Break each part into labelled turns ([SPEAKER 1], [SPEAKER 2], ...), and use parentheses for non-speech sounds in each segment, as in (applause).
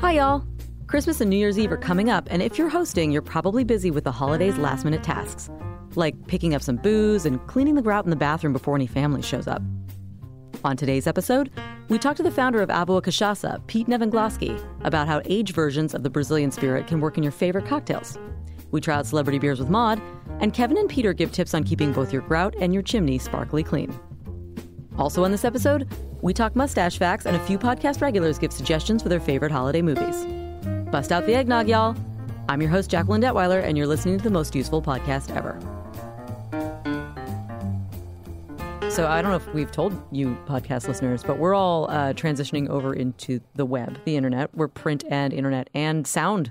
[SPEAKER 1] Hi, y'all. Christmas and New Year's Eve are coming up, and if you're hosting, you're probably busy with the holiday's last minute tasks, like picking up some booze and cleaning the grout in the bathroom before any family shows up. On today's episode, we talk to the founder of Aboa Cachaça, Pete Nevengloski, about how age versions of the Brazilian spirit can work in your favorite cocktails. We try out celebrity beers with Maud, and Kevin and Peter give tips on keeping both your grout and your chimney sparkly clean. Also on this episode, we talk mustache facts, and a few podcast regulars give suggestions for their favorite holiday movies. Bust out the eggnog, y'all. I'm your host, Jacqueline Detweiler, and you're listening to the most useful podcast ever. So, I don't know if we've told you, podcast listeners, but we're all uh, transitioning over into the web, the internet. We're print and internet and sound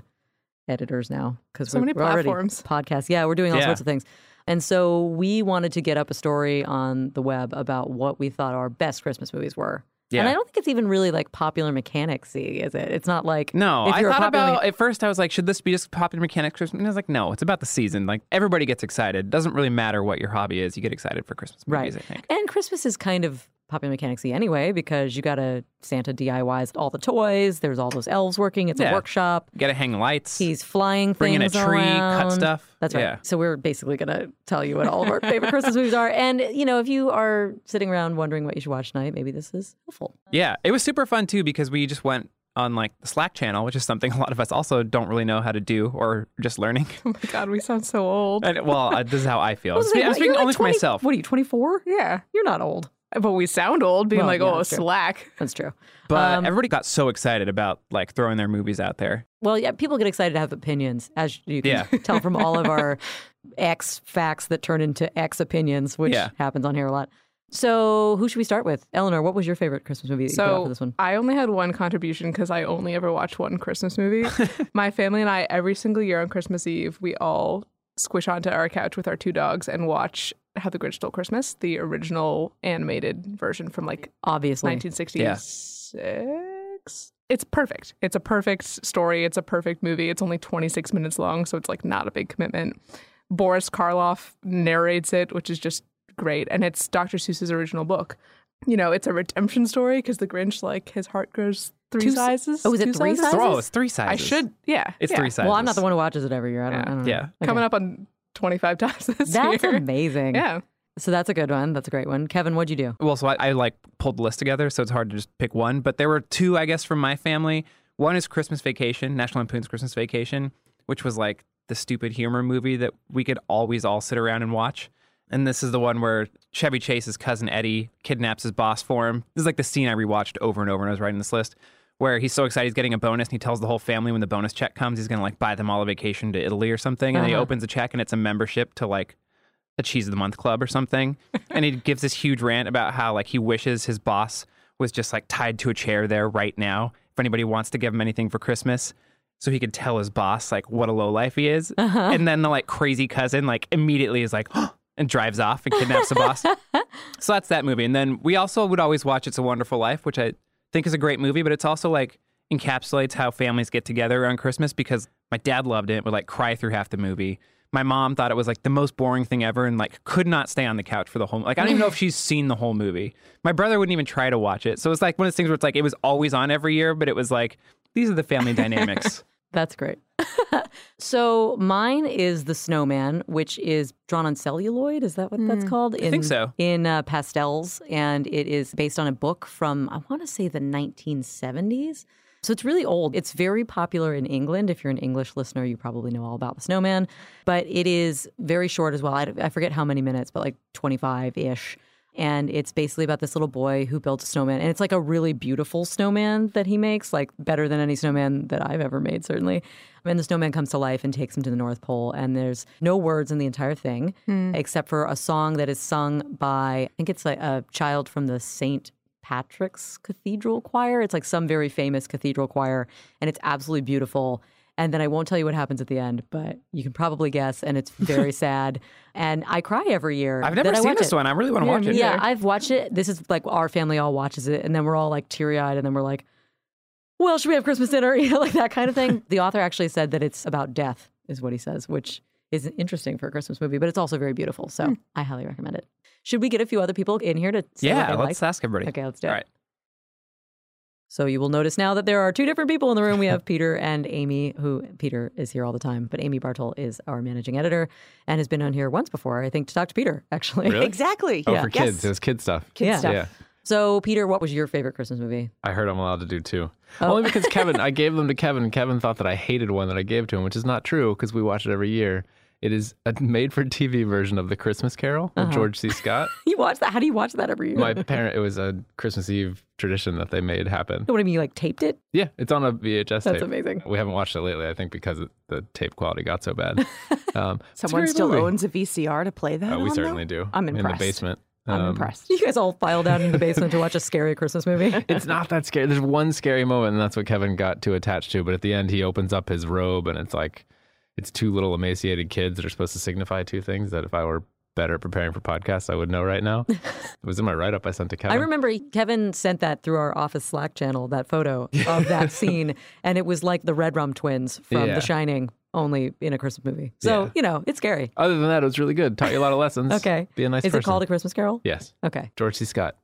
[SPEAKER 1] editors now because
[SPEAKER 2] So
[SPEAKER 1] we're,
[SPEAKER 2] many
[SPEAKER 1] we're already
[SPEAKER 2] platforms.
[SPEAKER 1] podcasts. Yeah, we're doing all
[SPEAKER 3] Yeah.
[SPEAKER 1] sorts of things. And so, we wanted to get up a story on the web about what we thought our best Christmas movies were. And
[SPEAKER 3] Yeah.
[SPEAKER 1] I don't think it's even really like popular mechanicsy, is it? It's not like
[SPEAKER 3] No,
[SPEAKER 1] if
[SPEAKER 3] I
[SPEAKER 1] you're a
[SPEAKER 3] thought
[SPEAKER 1] popular
[SPEAKER 3] about at first. I was like, should this be just popular mechanics Christmas? And I was like, no, it's about the season. Like everybody gets excited. Doesn't really matter what your hobby is. You get excited for Christmas
[SPEAKER 1] Right.
[SPEAKER 3] movies. I think.
[SPEAKER 1] And Christmas is kind of popular mechanicsy anyway because you got to Santa DIYs all the toys. There's all those elves working. It's a
[SPEAKER 3] Yeah.
[SPEAKER 1] workshop.
[SPEAKER 3] Got to hang lights.
[SPEAKER 1] He's flying
[SPEAKER 3] Bring in a
[SPEAKER 1] things
[SPEAKER 3] tree, cut
[SPEAKER 1] around.
[SPEAKER 3] stuff.
[SPEAKER 1] That's right.
[SPEAKER 3] Yeah.
[SPEAKER 1] So we're basically going to tell you what all of our favorite Christmas movies are. And you know, if you are sitting around wondering what you should watch tonight, maybe this is helpful.
[SPEAKER 3] yeah, it was super fun too because we just went on like the Slack channel, which is something (laughs) a lot of us also don't really know how to do or just learning. (laughs)
[SPEAKER 2] Oh my god, we sound so old.
[SPEAKER 3] and, well, uh, this
[SPEAKER 1] (laughs)
[SPEAKER 3] is how I feel.
[SPEAKER 1] I was like,
[SPEAKER 3] I'm
[SPEAKER 1] what?
[SPEAKER 3] speaking
[SPEAKER 1] You're like
[SPEAKER 3] only for
[SPEAKER 1] 20
[SPEAKER 3] myself.
[SPEAKER 1] What are you, 24?
[SPEAKER 2] Yeah,
[SPEAKER 1] You're not old.
[SPEAKER 2] but we sound old, being
[SPEAKER 1] Well,
[SPEAKER 2] like,
[SPEAKER 1] yeah,
[SPEAKER 2] "Oh,
[SPEAKER 1] that's true.
[SPEAKER 2] slack."
[SPEAKER 1] That's true.
[SPEAKER 3] But
[SPEAKER 1] Um,
[SPEAKER 3] everybody got so excited about like throwing their movies out there.
[SPEAKER 1] Well, yeah, people get excited to have opinions, as you can
[SPEAKER 3] Yeah.
[SPEAKER 1] tell from all of
[SPEAKER 3] (laughs)
[SPEAKER 1] our X facts that turn into X opinions, which
[SPEAKER 3] Yeah.
[SPEAKER 1] happens on here a lot. So, who should we start with? Eleanor, what was your favorite Christmas movie that you put out
[SPEAKER 2] So
[SPEAKER 1] for this one?
[SPEAKER 2] I only had one contribution because I only ever watched one Christmas movie. My family and I, every single year on Christmas Eve, we all squish onto our couch with our two dogs and watch How the Grinch Stole Christmas, the original animated version from like
[SPEAKER 1] Obviously.
[SPEAKER 2] 1966. It's perfect. It's a perfect story. It's a perfect movie. It's only 26 minutes long, so it's like not a big commitment. Boris Karloff narrates it, which is just great. And it's Dr. Seuss's original book. You know, it's a redemption story because the Grinch, like, his heart grows three
[SPEAKER 1] Two si-
[SPEAKER 2] sizes.
[SPEAKER 1] Oh, is it
[SPEAKER 2] two
[SPEAKER 1] three
[SPEAKER 2] sizes?
[SPEAKER 1] sizes?
[SPEAKER 3] Oh, it's three
[SPEAKER 2] I
[SPEAKER 3] sizes.
[SPEAKER 2] should, yeah.
[SPEAKER 3] It's
[SPEAKER 2] yeah.
[SPEAKER 3] three sizes.
[SPEAKER 1] well, I'm not the one who watches it every year. I don't, I don't know.
[SPEAKER 3] Yeah.
[SPEAKER 1] Okay.
[SPEAKER 2] Coming up on 25 times this
[SPEAKER 1] That's
[SPEAKER 2] year.
[SPEAKER 1] amazing.
[SPEAKER 2] Yeah.
[SPEAKER 1] So, that's a good one. That's a great one. Kevin, what'd you do?
[SPEAKER 3] Well, so I, I like pulled the list together, so it's hard to just pick one. But there were two, I guess, from my family. One is Christmas Vacation, National Lampoon's Christmas Vacation, which was like the stupid humor movie that we could always all sit around and watch. And this is the one where Chevy Chase's cousin Eddie kidnaps his boss for him. This is like the scene I rewatched over and over when I was writing this list, where he's so excited he's getting a bonus and he tells the whole family when the bonus check comes, he's going to like buy them all a vacation to Italy or something. And then he
[SPEAKER 1] Uh-huh.
[SPEAKER 3] opens a check and it's a membership to like a cheese of the month club or something and he gives this huge rant about how like he wishes his boss was just like tied to a chair there right now if anybody wants to give him anything for christmas so he could tell his boss like what a low life he is and then the like crazy cousin like immediately is like (gasps) and drives off and kidnaps the boss so that's that movie and then we also would always watch it's a wonderful life which i think is a great movie but it's also like encapsulates how families get together around christmas because my dad loved it would like cry through half the movie my mom thought it was like the most boring thing ever and like could not stay on the couch for the whole like i don't even know if she's (laughs) seen the whole movie my brother wouldn't even try to watch it so it's like one of those things where it's like it was always on every year but it was like these are the family dynamics
[SPEAKER 1] That's great. (laughs) so mine is the snowman, which is drawn on celluloid. Is that what that's called? In,
[SPEAKER 3] Mm. think so.
[SPEAKER 1] In uh, pastels, and it is based on a book from I want to say the 1970s. So it's really old. It's very popular in England. If you're an English listener, you probably know all about the snowman. But it is very short as well. I, I forget how many minutes, but like 25 ish. And it's basically about this little boy who builds a snowman. And it's like a really beautiful snowman that he makes, like better than any snowman that I've ever made, certainly. And the snowman comes to life and takes him to the North Pole. And there's no words in the entire thing except for a song that is sung by, I think it's like a child from the St. Patrick's Cathedral Choir. It's like some very famous cathedral choir, and it's absolutely beautiful. And then I won't tell you what happens at the end, but you can probably guess. And it's very sad. And I cry every year.
[SPEAKER 3] (laughs) i've never
[SPEAKER 1] that I
[SPEAKER 3] seen
[SPEAKER 1] watch
[SPEAKER 3] this
[SPEAKER 1] it.
[SPEAKER 3] one i really want to watch it
[SPEAKER 1] Yeah,
[SPEAKER 2] either.
[SPEAKER 1] I've watched it. This is like our family all watches it, and then we're all like teary eyed, and then we're like, "Well, should we have Christmas dinner?" (laughs) You know, like that kind of thing. the author actually said that it's about death, is what he says, which is interesting for a Christmas movie, but it's also very beautiful. So I highly recommend it. Should we get a few other people in here to say what
[SPEAKER 3] yeah
[SPEAKER 1] they
[SPEAKER 3] let's
[SPEAKER 1] like?
[SPEAKER 3] ask everybody
[SPEAKER 1] Okay, let's do it.
[SPEAKER 3] all right
[SPEAKER 1] So you will notice now that there are two different people in the room. We have Peter and Amy, who Peter is here all the time, but Amy Bartol is our managing editor and has been on here once before, I think, to talk to Peter, actually. (laughs)
[SPEAKER 4] Really?
[SPEAKER 5] Exactly.
[SPEAKER 4] Oh,
[SPEAKER 1] Yeah.
[SPEAKER 4] for kids. It was kid stuff.
[SPEAKER 5] Kid
[SPEAKER 1] Yeah.
[SPEAKER 5] stuff.
[SPEAKER 4] Yeah.
[SPEAKER 1] So, Peter, what was your favorite Christmas movie? Oh,
[SPEAKER 4] I heard I'm allowed to do two.
[SPEAKER 5] Oh.
[SPEAKER 4] Only because
[SPEAKER 5] (laughs)
[SPEAKER 4] Kevin, I gave them to Kevin. and Kevin thought that I hated one that I gave to him, which is not true because we watch it every year. It is a made for TV version of The Christmas Carol
[SPEAKER 5] Uh-huh.
[SPEAKER 4] with George C. Scott.
[SPEAKER 1] (laughs) You watch that? How do you watch that every year?
[SPEAKER 5] (laughs)
[SPEAKER 4] My parent, it was a Christmas Eve tradition that they made happen.
[SPEAKER 1] what I mean, you like taped it?
[SPEAKER 4] Yeah, it's on a VHS
[SPEAKER 1] That's
[SPEAKER 4] tape.
[SPEAKER 1] amazing.
[SPEAKER 4] We haven't watched it lately, I think, because it- the tape quality got so
[SPEAKER 5] (laughs)
[SPEAKER 4] bad. Um, it's a
[SPEAKER 5] Someone
[SPEAKER 4] great
[SPEAKER 5] still
[SPEAKER 4] movie.
[SPEAKER 5] owns a VCR to play that.
[SPEAKER 4] Uh, we
[SPEAKER 5] on,
[SPEAKER 4] certainly
[SPEAKER 5] though?
[SPEAKER 4] do.
[SPEAKER 5] I'm
[SPEAKER 4] In
[SPEAKER 5] impressed.
[SPEAKER 4] the basement.
[SPEAKER 5] I'm
[SPEAKER 4] Um,
[SPEAKER 5] impressed.
[SPEAKER 1] You guys all file down in the basement to watch a scary Christmas
[SPEAKER 4] (laughs)
[SPEAKER 1] movie.
[SPEAKER 4] It's not that scary. There's one scary moment, and that's what Kevin got too attached to. But at the end, he opens up his robe, and it's like it's two little emaciated kids that are supposed to signify two things that if I were better at preparing for podcasts, I would know
[SPEAKER 1] (laughs)
[SPEAKER 4] right now. it was in my write up I sent to Kevin.
[SPEAKER 1] I remember Kevin sent that through our office Slack channel, that photo of
[SPEAKER 4] (laughs)
[SPEAKER 1] that scene, and it was like the Red Rum twins from
[SPEAKER 4] Yeah.
[SPEAKER 1] The Shining, only in a Christmas movie. So,
[SPEAKER 4] Yeah.
[SPEAKER 1] you know, it's scary.
[SPEAKER 4] Other than that, it was really good. Taught you a lot of lessons.
[SPEAKER 1] Okay.
[SPEAKER 4] Be a nice
[SPEAKER 1] Is
[SPEAKER 4] person.
[SPEAKER 1] it called A Christmas Carol?
[SPEAKER 4] yes.
[SPEAKER 1] Okay.
[SPEAKER 4] George C. Scott.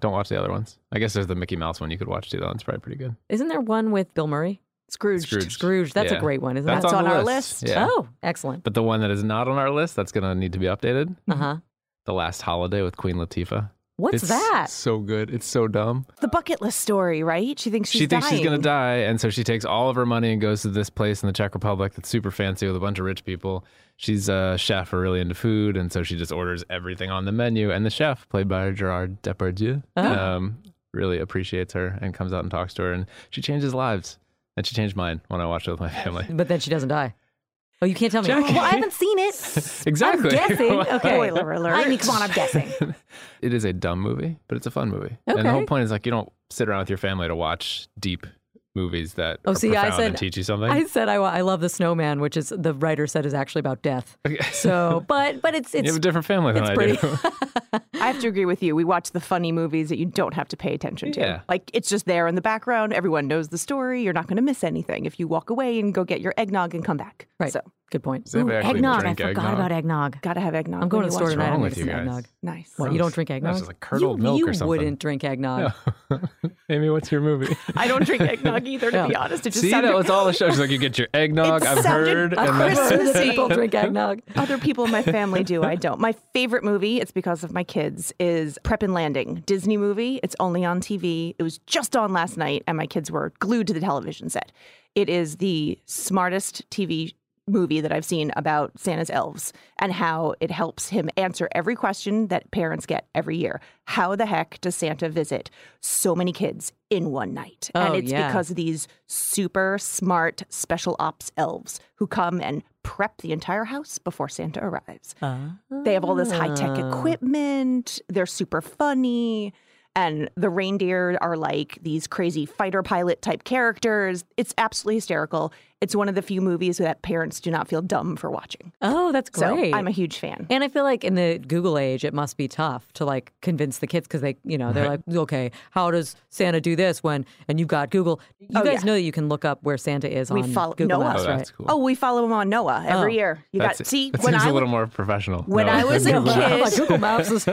[SPEAKER 4] Don't watch the other ones. I guess there's the Mickey Mouse one you could watch too. That one's probably pretty good.
[SPEAKER 1] Isn't there one with Bill Murray?
[SPEAKER 5] Scrooge.
[SPEAKER 4] Scrooge.
[SPEAKER 1] Scrooge. That's
[SPEAKER 4] Yeah.
[SPEAKER 1] a great one, isn't
[SPEAKER 4] That's
[SPEAKER 1] that?
[SPEAKER 5] on
[SPEAKER 4] the
[SPEAKER 5] our list.
[SPEAKER 4] Yeah.
[SPEAKER 1] Oh, excellent.
[SPEAKER 4] But the one that is not on our list that's going to need to be updated
[SPEAKER 1] Uh huh.
[SPEAKER 4] The Last Holiday with Queen Latifah.
[SPEAKER 1] What's
[SPEAKER 4] Mm-hmm. it's
[SPEAKER 1] that?
[SPEAKER 4] So good. It's so dumb.
[SPEAKER 5] The bucket list story, right? She thinks she's
[SPEAKER 4] she thinks she's gonna
[SPEAKER 5] dying.
[SPEAKER 4] die, and so she takes all of her money and goes to this place in the Czech Republic that's super fancy with a bunch of rich people. She's a chef, or really into food, and so she just orders everything on the menu. And the chef, played by Gerard Depardieu,
[SPEAKER 1] Ah.
[SPEAKER 4] um, really appreciates her and comes out and talks to her, and she changes lives. And she changed mine when I watched it with my family.
[SPEAKER 1] But then she doesn't die. Oh, you can't tell me.
[SPEAKER 4] Jackie.
[SPEAKER 1] Well, I haven't seen it.
[SPEAKER 4] (laughs) Exactly.
[SPEAKER 1] I'm
[SPEAKER 4] (laughs)
[SPEAKER 1] guessing. Okay.
[SPEAKER 5] Spoiler alert.
[SPEAKER 1] I mean, come on, I'm guessing.
[SPEAKER 4] It is a dumb movie, but it's a fun movie. And
[SPEAKER 1] Okay.
[SPEAKER 4] the whole point is like you don't sit around with your family to watch deep movies that
[SPEAKER 1] Oh,
[SPEAKER 4] are
[SPEAKER 1] see, I
[SPEAKER 4] profound and
[SPEAKER 1] said-
[SPEAKER 4] teach you something. (laughs)
[SPEAKER 1] I said I, wa- I love the snowman, which is the writer said is actually about death.
[SPEAKER 4] (laughs)
[SPEAKER 1] So, but but it's
[SPEAKER 4] you
[SPEAKER 1] it's
[SPEAKER 4] have a different family than
[SPEAKER 1] it's
[SPEAKER 4] I
[SPEAKER 1] pretty. (laughs)
[SPEAKER 4] do.
[SPEAKER 5] (laughs) I have to agree with you. We watch the funny movies that you don't have to pay attention to.
[SPEAKER 4] Yeah.
[SPEAKER 5] Like it's just there in the background. Everyone knows the story. You're not going to miss anything if you walk away and go get your eggnog and come back.
[SPEAKER 1] right.
[SPEAKER 5] So
[SPEAKER 1] Good point.
[SPEAKER 4] Does anybody actually
[SPEAKER 1] eggnog. I
[SPEAKER 4] drink
[SPEAKER 1] forgot
[SPEAKER 4] eggnog?
[SPEAKER 1] about eggnog.
[SPEAKER 5] gotta have eggnog.
[SPEAKER 1] I'm going
[SPEAKER 5] when
[SPEAKER 1] to the
[SPEAKER 5] you
[SPEAKER 1] store tonight.
[SPEAKER 5] watch
[SPEAKER 4] wrong
[SPEAKER 1] I'm going
[SPEAKER 4] with
[SPEAKER 1] to
[SPEAKER 4] you
[SPEAKER 1] get some
[SPEAKER 4] guys?
[SPEAKER 1] eggnog.
[SPEAKER 5] Nice.
[SPEAKER 1] What? You don't drink eggnog?
[SPEAKER 4] just like curdled
[SPEAKER 1] you,
[SPEAKER 4] milk
[SPEAKER 1] you
[SPEAKER 4] or something.
[SPEAKER 1] wouldn't drink eggnog.
[SPEAKER 4] (laughs)
[SPEAKER 1] (laughs)
[SPEAKER 4] Amy, what's your movie?
[SPEAKER 5] I don't drink eggnog either. To
[SPEAKER 1] Yeah.
[SPEAKER 5] be honest, it (laughs) just
[SPEAKER 4] See,
[SPEAKER 5] sounded
[SPEAKER 4] that was all the show. She's like, you get your eggnog.
[SPEAKER 5] It
[SPEAKER 4] I've
[SPEAKER 5] sounded
[SPEAKER 4] heard, and
[SPEAKER 1] I've
[SPEAKER 4] then
[SPEAKER 5] Christmas.
[SPEAKER 4] (laughs)
[SPEAKER 1] heard that
[SPEAKER 5] Christmassy.
[SPEAKER 1] people drink eggnog.
[SPEAKER 5] Other people in my family do. I don't. My favorite movie, it's because of my kids, is Prep and Landing. Disney movie. It's only on TV. It was just on last night, and my kids were glued to the television set. It is the smartest TV movie that I've seen about Santa's elves and how it helps him answer every question that parents get every year. How the heck does Santa visit so many kids in one night?
[SPEAKER 1] Oh,
[SPEAKER 5] and it's
[SPEAKER 1] yeah.
[SPEAKER 5] because these super smart special ops elves who come and prep the entire house before Santa arrives. They have all this high tech
[SPEAKER 1] Ah.
[SPEAKER 5] equipment, they're super funny. And the reindeer are like these crazy fighter pilot type characters. It's absolutely hysterical. It's one of the few movies that parents do not feel dumb for watching.
[SPEAKER 1] Oh, that's
[SPEAKER 5] So
[SPEAKER 1] great.
[SPEAKER 5] I'm a huge fan.
[SPEAKER 1] and I feel like in the Google age, it must be tough to like convince the kids because they, you know, they're like, okay, how does Santa do this when? And you've got Google. You
[SPEAKER 5] Oh,
[SPEAKER 1] guys
[SPEAKER 5] yeah.
[SPEAKER 1] know that you can look up where Santa is
[SPEAKER 5] We
[SPEAKER 1] on
[SPEAKER 5] follow
[SPEAKER 1] Google
[SPEAKER 5] Noah.
[SPEAKER 1] Maps,
[SPEAKER 4] Oh,
[SPEAKER 1] right?
[SPEAKER 4] that's cool.
[SPEAKER 5] Oh, we follow him on Noah every
[SPEAKER 1] Oh.
[SPEAKER 5] year. You
[SPEAKER 4] That's
[SPEAKER 5] got see
[SPEAKER 4] that (laughs)
[SPEAKER 5] when
[SPEAKER 4] seems
[SPEAKER 5] I
[SPEAKER 4] a
[SPEAKER 5] w-
[SPEAKER 4] little more professional.
[SPEAKER 5] when
[SPEAKER 1] (laughs)
[SPEAKER 4] (laughs)
[SPEAKER 5] I was a
[SPEAKER 4] Google
[SPEAKER 5] kid-
[SPEAKER 4] Maps.
[SPEAKER 1] Like Google Maps
[SPEAKER 5] (laughs)
[SPEAKER 1] is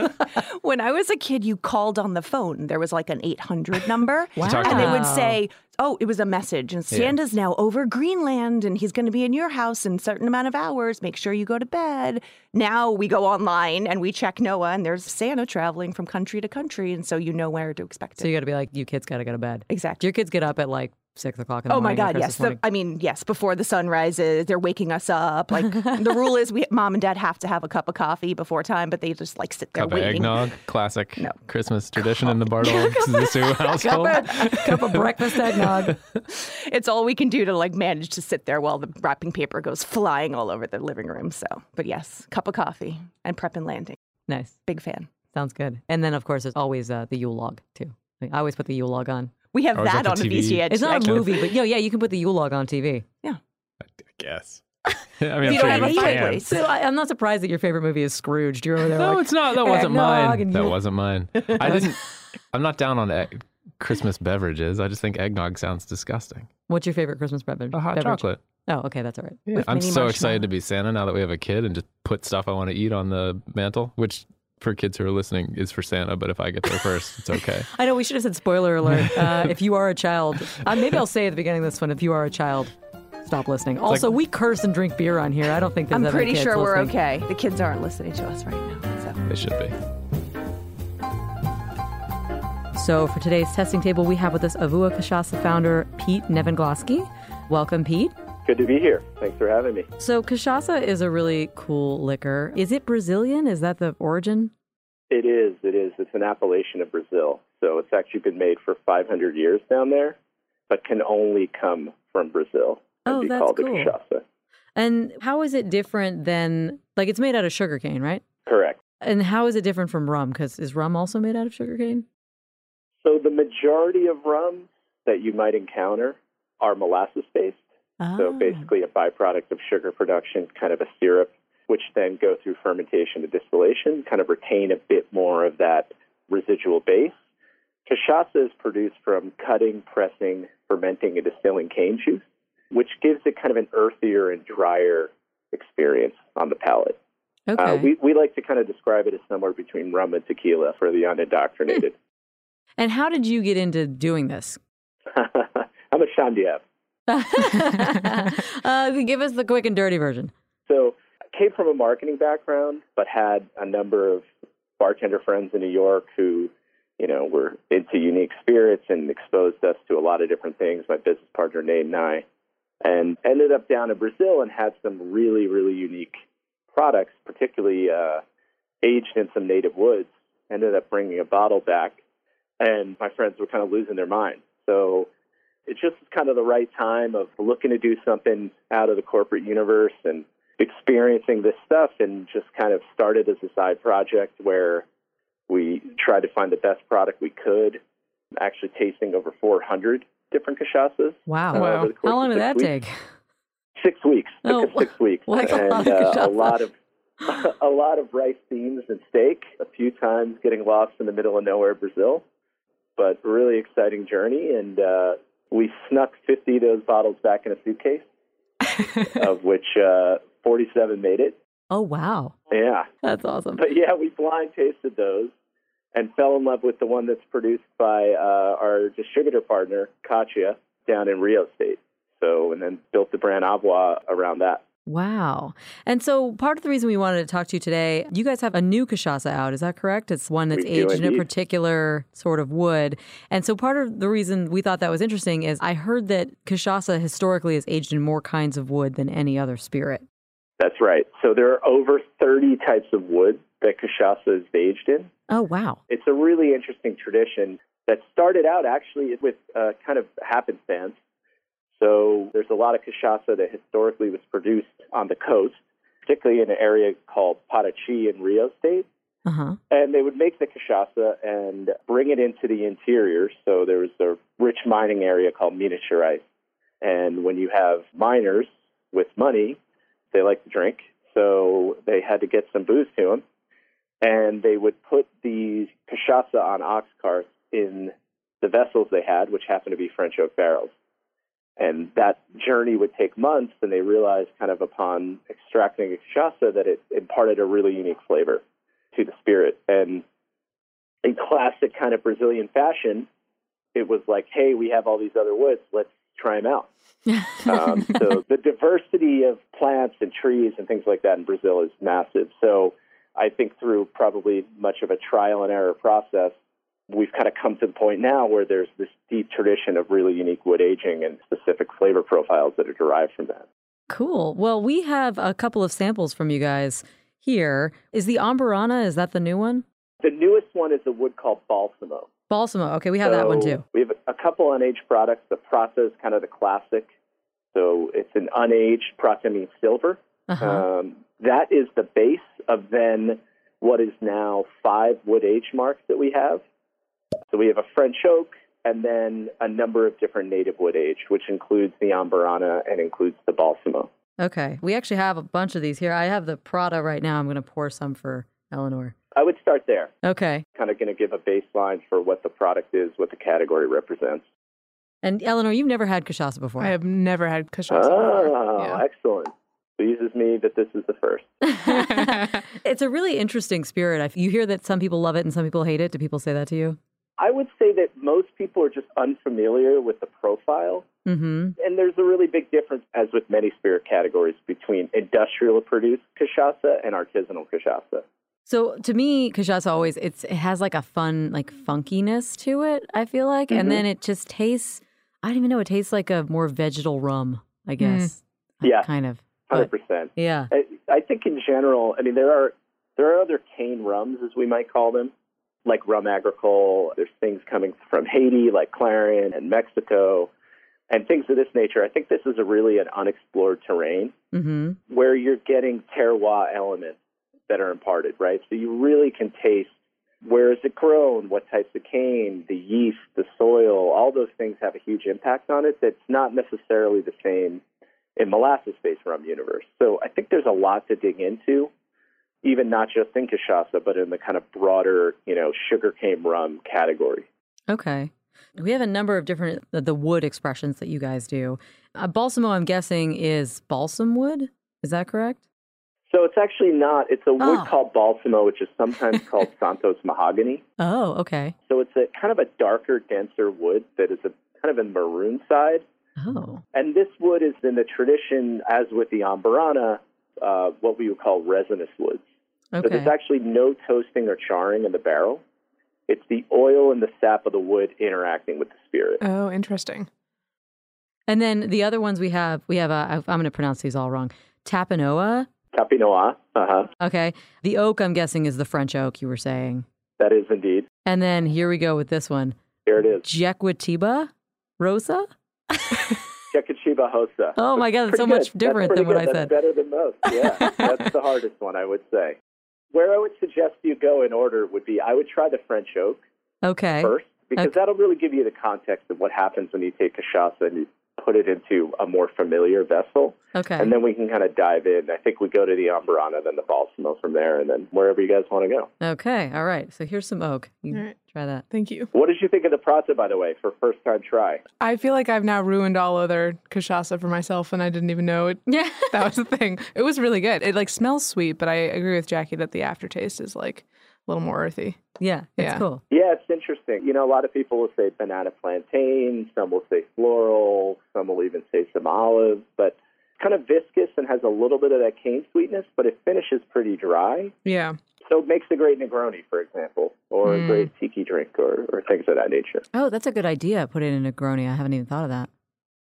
[SPEAKER 5] when I was a kid, you called on the phone. There was like an
[SPEAKER 1] (laughs)
[SPEAKER 5] 800 number.
[SPEAKER 1] Wow.
[SPEAKER 5] And they would
[SPEAKER 1] Wow.
[SPEAKER 5] say, oh, it was a message. And Santa's now over Greenland and he's going to be in your house in a certain amount of hours. Make sure you go to bed. Now we go online and we check Noah and there's Santa traveling from country to country. And so you know where to expect
[SPEAKER 1] So
[SPEAKER 5] it.
[SPEAKER 1] you got to be like, you kids got to go to bed. Do
[SPEAKER 5] Exactly.
[SPEAKER 1] your kids get up at like six o'clock in the
[SPEAKER 5] Oh my
[SPEAKER 1] morning? on
[SPEAKER 5] God,
[SPEAKER 1] Christmas
[SPEAKER 5] yes. The- (laughs)
[SPEAKER 1] morning?
[SPEAKER 5] I mean, yes, before the sun rises, they're waking us
[SPEAKER 1] (laughs)
[SPEAKER 5] up. Like the rule is we mom and dad have to have a cup of coffee before time, but they just like sit there
[SPEAKER 4] Cup of
[SPEAKER 5] waiting.
[SPEAKER 4] eggnog, classic Christmas tradition in the Bartle Zoo
[SPEAKER 5] (laughs)
[SPEAKER 4] household. (laughs)
[SPEAKER 1] Cup of breakfast eggnog.
[SPEAKER 5] it's all we can do to like manage to sit there while the wrapping paper goes flying all over the living room. So, but yes, cup of coffee and prep and landing.
[SPEAKER 1] (laughs) Nice.
[SPEAKER 5] Big fan.
[SPEAKER 1] Sounds good. And then, of course, there's always uh, the Yule log, too. Like, I always put the Yule log on.
[SPEAKER 5] We have
[SPEAKER 4] Or Oh, is
[SPEAKER 5] that
[SPEAKER 4] that
[SPEAKER 5] on
[SPEAKER 4] the
[SPEAKER 5] a
[SPEAKER 4] TV?
[SPEAKER 5] VCR.
[SPEAKER 1] It's not a
[SPEAKER 5] actually.
[SPEAKER 1] movie, but yeah, yeah, you can put the Yule log on TV.
[SPEAKER 5] (laughs)
[SPEAKER 4] Yes. I mean, I'm
[SPEAKER 5] You
[SPEAKER 4] sure
[SPEAKER 5] don't have a
[SPEAKER 4] you can.
[SPEAKER 5] fireplace.
[SPEAKER 1] So I, I'm not surprised that your favorite movie is Scrooge. Do you remember that?
[SPEAKER 4] No,
[SPEAKER 1] like,
[SPEAKER 4] it's not. That wasn't
[SPEAKER 1] eggnog
[SPEAKER 4] mine.
[SPEAKER 1] and
[SPEAKER 4] That
[SPEAKER 1] you-
[SPEAKER 4] wasn't
[SPEAKER 5] (laughs)
[SPEAKER 4] mine. I didn't. I'm not down on egg, Christmas beverages. I just think eggnog sounds disgusting.
[SPEAKER 1] What's your favorite Christmas beverage?
[SPEAKER 4] A hot
[SPEAKER 1] beverage?
[SPEAKER 4] chocolate.
[SPEAKER 1] Oh, okay, that's all right.
[SPEAKER 4] Yeah,
[SPEAKER 5] With
[SPEAKER 4] I'm
[SPEAKER 5] mini
[SPEAKER 4] so excited to be Santa now that we have a kid and just put stuff I want to eat on the mantle, which for kids who are listening is for Santa, but if I get there first, it's
[SPEAKER 1] (laughs)
[SPEAKER 4] okay.
[SPEAKER 1] I know we should have said spoiler
[SPEAKER 4] (laughs)
[SPEAKER 1] alert. Uh, if you are a child, uh, maybe I'll say at the beginning of this one, if you are a child, stop listening. Also, we curse and drink beer on here. I don't think there's
[SPEAKER 5] I'm
[SPEAKER 1] that many
[SPEAKER 5] pretty
[SPEAKER 1] kids
[SPEAKER 5] sure we're
[SPEAKER 1] listening.
[SPEAKER 5] okay. The kids aren't listening to us right now. So.
[SPEAKER 1] (laughs)
[SPEAKER 4] They should be.
[SPEAKER 1] So for today's testing table, we have with us Avua Kashasa founder Pete Nevengloski. Welcome, Pete.
[SPEAKER 6] Good to be here. Thanks for having me.
[SPEAKER 1] So Kashasa is a really cool liquor. Is it Brazilian? Is that the origin?
[SPEAKER 6] It is. It is. It's an appellation of Brazil. So it's actually been made for 500 years down there, but can only come from Brazil and
[SPEAKER 1] Oh,
[SPEAKER 6] be
[SPEAKER 1] that's
[SPEAKER 6] called
[SPEAKER 1] cool.
[SPEAKER 6] a cachaça.
[SPEAKER 1] And how is it different than like it's made out of sugarcane, right?
[SPEAKER 6] Correct.
[SPEAKER 1] And how is it different from rum? Because is rum also made out of sugarcane?
[SPEAKER 6] So the majority of rums that you might encounter are molasses based. So basically a byproduct of sugar production, kind of a syrup, which then go through fermentation to distillation, kind of retain a bit more of that residual base. Cachaça is produced from cutting, pressing, fermenting, and distilling cane juice, which gives it kind of an earthier and drier experience on the palate.
[SPEAKER 1] Okay.
[SPEAKER 6] Uh, we, we like to kind of describe it as somewhere between rum and tequila for the unindoctrinated.
[SPEAKER 1] and how did you get into doing
[SPEAKER 6] (laughs)
[SPEAKER 1] this? (laughs)
[SPEAKER 6] How much time do you have?
[SPEAKER 1] uh, give us the quick and dirty version.
[SPEAKER 6] So I came from a marketing background, but had a number of bartender friends in New York who, you know, were into unique spirits and exposed us to a lot of different things. My business partner Nate and I, and ended up down in Brazil and had some really, really unique products, particularly uh, aged in some native woods. Ended up bringing a bottle back, and my friends were kind of losing their mind. So it's just kind of the right time of looking to do something out of the corporate universe and experiencing this stuff and just kind of started as a side project where we tried to find the best product we could, actually tasting over 400 different cachaças.
[SPEAKER 1] Wow.
[SPEAKER 6] uh,
[SPEAKER 2] Wow.
[SPEAKER 6] over the course
[SPEAKER 1] How long
[SPEAKER 6] of
[SPEAKER 1] did that
[SPEAKER 6] six weeks.
[SPEAKER 1] take?
[SPEAKER 6] Six weeks. Took
[SPEAKER 1] Oh,
[SPEAKER 6] us six weeks.
[SPEAKER 1] like a lot
[SPEAKER 6] and
[SPEAKER 1] of
[SPEAKER 6] uh, a
[SPEAKER 1] cachaça.
[SPEAKER 6] lot of (laughs) a lot of rice beans and steak. A few times getting lost in the middle of nowhere, Brazil. But really exciting journey, and uh, we snuck 50 of those bottles back in a suitcase, of which uh, 47 made it.
[SPEAKER 1] Oh, wow.
[SPEAKER 6] Yeah,
[SPEAKER 1] That's awesome.
[SPEAKER 6] but yeah, we blind tasted those and fell in love with the one that's produced by uh, our distributor partner, Katia, down in Rio State. So, and then built the brand Abois around that.
[SPEAKER 1] Wow. And so part of the reason we wanted to talk to you today, you guys have a new cachaça out, is that correct? It's one that's
[SPEAKER 6] We do
[SPEAKER 1] aged in a
[SPEAKER 6] indeed.
[SPEAKER 1] particular sort of wood. And so part of the reason we thought that was interesting is I heard that cachaça historically is aged in more kinds of wood than any other spirit.
[SPEAKER 6] That's right. So there are over 30 types of wood that cachaça is aged in.
[SPEAKER 1] Oh, wow.
[SPEAKER 6] It's a really interesting tradition that started out actually with uh, kind of happenstance. So there's a lot of cachaça that historically was produced on the coast, particularly in an area called Parachi in Rio State.
[SPEAKER 1] Uh (laughs) huh.
[SPEAKER 6] And they would make the cachaça and bring it into the interior. So there was a rich mining area called Minas Gerais. And when you have miners with money, they like to drink. So they had to get some booze to them. And they would put the cachaça on ox carts in the vessels they had, which happened to be French oak barrels. And that journey would take months. And they realized, kind of upon extracting the cachaça, that it imparted a really unique flavor to the spirit. And in classic kind of Brazilian fashion, it was like, hey, we have all these other woods, let's try them out. um, so the diversity of plants and trees and things like that in Brazil is massive. So I think through probably much of a trial and error process, we've kind of come to the point now where there's this deep tradition of really unique wood aging and specific flavor profiles that are derived from that.
[SPEAKER 1] Cool. Well, we have a couple of samples from you guys here. Is the Ambarana, is that the new one?
[SPEAKER 6] The newest one is a wood called balsamo.
[SPEAKER 1] Balsamo. Okay, we have that one
[SPEAKER 6] So
[SPEAKER 1] too.
[SPEAKER 6] We have a couple unaged products. The Prata is kind of the classic. So it's an unaged Prata means silver.
[SPEAKER 1] Uh-huh.
[SPEAKER 6] Um, that is the base of then what is now five wood age marks that we have. So we have a French oak and then a number of different native wood age, which includes the Ambarana and includes the Balsamo.
[SPEAKER 1] Okay. We actually have a bunch of these here. I have the Prada right now. I'm going to pour some for Eleanor.
[SPEAKER 6] I would start there,
[SPEAKER 1] Okay.
[SPEAKER 6] kind of going to give a baseline for what the product is, what the category represents.
[SPEAKER 1] And Eleanor, you've never had cachaça before.
[SPEAKER 2] I have never had cachaça. before.
[SPEAKER 6] Oh,
[SPEAKER 2] Yeah.
[SPEAKER 6] excellent. pleases me that this is the first.
[SPEAKER 1] (laughs) It's a really interesting spirit. I- You hear that some people love it and some people hate it. Do people say that to you?
[SPEAKER 6] I would say that most people are just unfamiliar with the profile.
[SPEAKER 1] Mm-hmm.
[SPEAKER 6] And there's a really big difference, as with many spirit categories, between industrial produced cachaça and artisanal cachaça.
[SPEAKER 1] So to me, cachaça always it's it has like a fun like funkiness to it. I feel like, and then it just tastes. I don't even know. It tastes like a more vegetal rum, I guess.
[SPEAKER 6] Yeah.
[SPEAKER 1] kind of. But-
[SPEAKER 6] 100%.
[SPEAKER 1] yeah.
[SPEAKER 6] I, I think in general, I mean, there are there are other cane rums, as we might call them, like rum agricole. There's things coming from Haiti, like Clarion and Mexico, and things of this nature. I think this is a really an unexplored terrain
[SPEAKER 1] Mm-hmm.
[SPEAKER 6] where you're getting terroir elements that are imparted, right? So you really can taste where is it grown, what types of cane, the yeast, the soil, all those things have a huge impact on it that's not necessarily the same in molasses based rum universe. So I think there's a lot to dig into, even not just in cachaça, but in the kind of broader, you know, sugarcane rum category.
[SPEAKER 1] Okay. We have a number of different the, the wood expressions that you guys do. Uh, balsamo, I'm guessing, is balsam wood. Is that correct?
[SPEAKER 6] So it's actually not, it's a wood
[SPEAKER 1] Oh.
[SPEAKER 6] called balsamo, which is sometimes called Santos mahogany.
[SPEAKER 1] Oh, okay.
[SPEAKER 6] So it's a kind of a darker, denser wood that is a kind of a maroon side.
[SPEAKER 1] Oh,
[SPEAKER 6] And this wood is in the tradition, as with the ambarana, uh, what we would call resinous woods. So
[SPEAKER 1] okay.
[SPEAKER 6] there's actually no toasting or charring in the barrel. It's the oil and the sap of the wood interacting with the spirit.
[SPEAKER 1] Uh.
[SPEAKER 2] Oh, interesting.
[SPEAKER 1] and then the other ones we have, we have. Uh, I- I'm going to pronounce these all wrong. Tapanoa.
[SPEAKER 6] Tapinoa, uh-huh.
[SPEAKER 1] Okay. The oak, I'm guessing, is the French oak you were saying.
[SPEAKER 6] That is indeed.
[SPEAKER 1] And then here we go with this one.
[SPEAKER 6] Here it is.
[SPEAKER 1] Jequitiba Rosa?
[SPEAKER 6] Chekachiba Hosa.
[SPEAKER 1] Oh my God, that's so much different than what I said.
[SPEAKER 6] That's pretty good.
[SPEAKER 1] (laughs)
[SPEAKER 6] That's better than most. Yeah, that's the hardest one I would say. Where I would suggest you go in order would be I would try the French oak
[SPEAKER 1] Okay.
[SPEAKER 6] first because
[SPEAKER 1] Okay.
[SPEAKER 6] that'll really give you the context of what happens when you take cachaça and you put it into a more familiar vessel,
[SPEAKER 1] Okay.
[SPEAKER 6] and then we can kind of dive in. I think we go to the Ambrana, then the Balsamo from there, and then wherever you guys want to go.
[SPEAKER 1] Okay. All right. So here's some oak. You
[SPEAKER 2] All right.
[SPEAKER 1] try that.
[SPEAKER 2] Thank you.
[SPEAKER 6] What did you think of the Prata, by the way, for first time try?
[SPEAKER 2] I feel like I've now ruined all other cachaça for myself, and I didn't even know it.
[SPEAKER 1] Yeah.
[SPEAKER 2] (laughs) That was the thing. It was really good. It like smells sweet, but I agree with Jackie that the aftertaste is like a little more earthy.
[SPEAKER 1] Yeah. It's
[SPEAKER 2] Yeah.
[SPEAKER 1] cool.
[SPEAKER 6] Yeah, it's interesting. You know, a lot of people will say banana plantain, some will say floral, some will even say some olive, but kind of viscous and has a little bit of that cane sweetness, but it finishes pretty dry.
[SPEAKER 2] Yeah.
[SPEAKER 6] So it makes a great Negroni, for example, or a great tiki drink or, or things of that nature.
[SPEAKER 1] Oh, that's a good idea. Put it in a Negroni. I haven't even thought of that.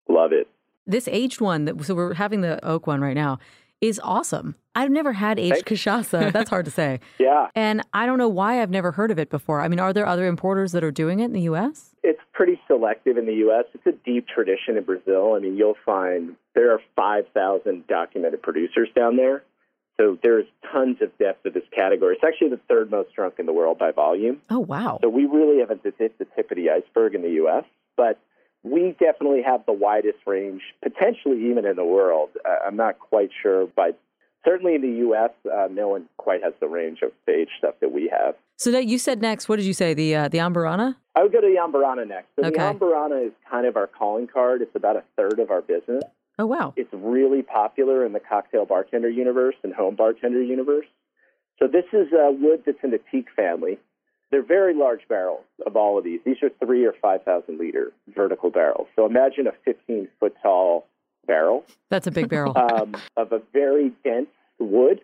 [SPEAKER 6] Love it.
[SPEAKER 1] This aged one, that, so we're having the oak one right now, is awesome. I've never had aged
[SPEAKER 6] (laughs)
[SPEAKER 1] cachaça. That's hard to say.
[SPEAKER 6] Yeah,
[SPEAKER 1] And I don't know why I've never heard of it before. I mean, are there other importers that are doing it in the US?
[SPEAKER 6] it's pretty selective in the U.S. It's a deep tradition in Brazil. I mean, you'll find there are 5,000 documented producers down there. So there's tons of depth of this category. It's actually the third most drunk in the world by volume.
[SPEAKER 1] Oh, wow.
[SPEAKER 6] So we really haven't hit the tip of the iceberg in the U.S., but we definitely have the widest range, potentially even in the world. Uh, I'm not quite sure, but certainly in the U.S., uh, no one quite has the range of stage stuff that we have.
[SPEAKER 1] So now you said next, what did you say? The uh, the Ambarana?
[SPEAKER 6] I would go to the Ambarana next. So
[SPEAKER 1] Okay.
[SPEAKER 6] the Ambarana is kind of our calling card. It's about a third of our business.
[SPEAKER 1] Oh, wow.
[SPEAKER 6] It's really popular in the cocktail bartender universe and home bartender universe. So this is a wood that's in the teak family. They're very large barrels of all of these. These are three or five thousand liter vertical barrels. So imagine a fifteen foot tall barrel
[SPEAKER 1] That's a big barrel.
[SPEAKER 6] um, of a very dense wood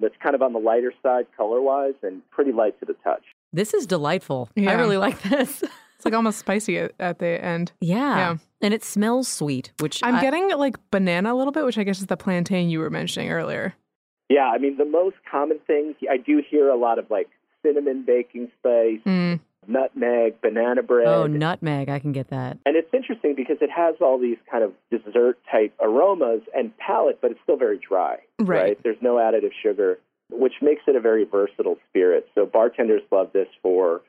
[SPEAKER 6] that's kind of on the lighter side color wise and pretty light to the touch.
[SPEAKER 1] This is delightful. I
[SPEAKER 2] Yeah.
[SPEAKER 1] really like this. (laughs)
[SPEAKER 2] It's like almost spicy at, at the end.
[SPEAKER 1] yeah.
[SPEAKER 2] Yeah.
[SPEAKER 1] And it smells sweet, which
[SPEAKER 2] I'm
[SPEAKER 1] I-
[SPEAKER 2] getting like banana a little bit, which I guess is the plantain you were mentioning earlier.
[SPEAKER 6] Yeah, I mean the most common things I do hear a lot of like cinnamon baking spice,
[SPEAKER 2] Mm.
[SPEAKER 6] nutmeg, banana bread.
[SPEAKER 1] Oh, nutmeg. I can get that.
[SPEAKER 6] And it's interesting because it has all these kind of dessert type aromas and palate, but it's still very dry.
[SPEAKER 2] Right.
[SPEAKER 6] There's no additive sugar, which makes it a very versatile spirit. So bartenders love this for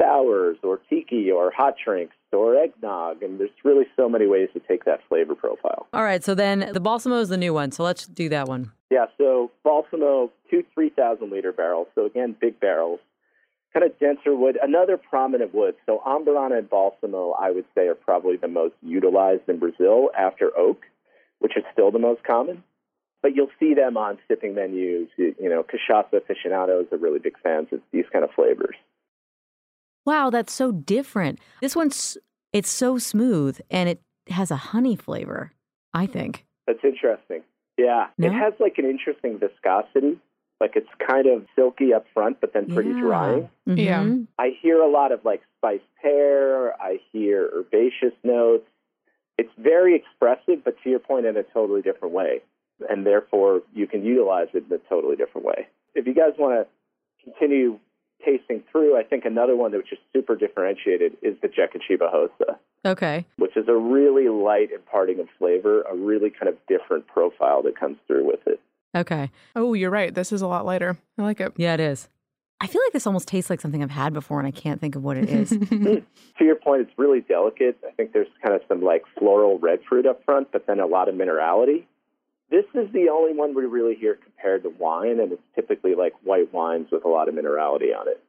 [SPEAKER 6] sours or tiki or hot drinks or eggnog. And there's really so many ways to take that flavor profile.
[SPEAKER 1] All right. So then the Balsamo is the new one. So let's do that one.
[SPEAKER 6] Yeah, so Balsamo, two 3,000 liter barrels. So again, big barrels. Kind of denser wood, another prominent wood. So Ambarana and Balsamo, I would say, are probably the most utilized in Brazil after oak, which is still the most common. But you'll see them on sipping menus. You, you know, cachaça aficionados are really big fans of these kind of flavors.
[SPEAKER 1] Wow, that's so different. This one's it's so smooth and it has a honey flavor, I think.
[SPEAKER 6] That's interesting. Yeah.
[SPEAKER 1] No?
[SPEAKER 6] It has like an interesting viscosity. Like it's kind of silky up front, but then pretty
[SPEAKER 1] Yeah.
[SPEAKER 6] dry.
[SPEAKER 2] Yeah.
[SPEAKER 1] Mhm.
[SPEAKER 6] I hear a lot of like spiced pear. I hear herbaceous notes. It's very expressive, but to your point, in a totally different way. And therefore, you can utilize it in a totally different way. If you guys want to continue tasting through, I think another one that's just super differentiated is the Jekachiba Hosa,
[SPEAKER 1] Okay.
[SPEAKER 6] which is a really light imparting of flavor, a really kind of different profile that comes through with it.
[SPEAKER 1] Okay.
[SPEAKER 2] Oh, you're right. This is a lot lighter. I like it.
[SPEAKER 1] Yeah, it is. I feel like this almost tastes like something I've had before and I can't think of what it is.
[SPEAKER 6] to your point, it's really delicate. I think there's kind of some like floral red fruit up front, but then a lot of minerality. This is the only one we really hear compared to wine, and it's typically like white wines with a lot of minerality on it.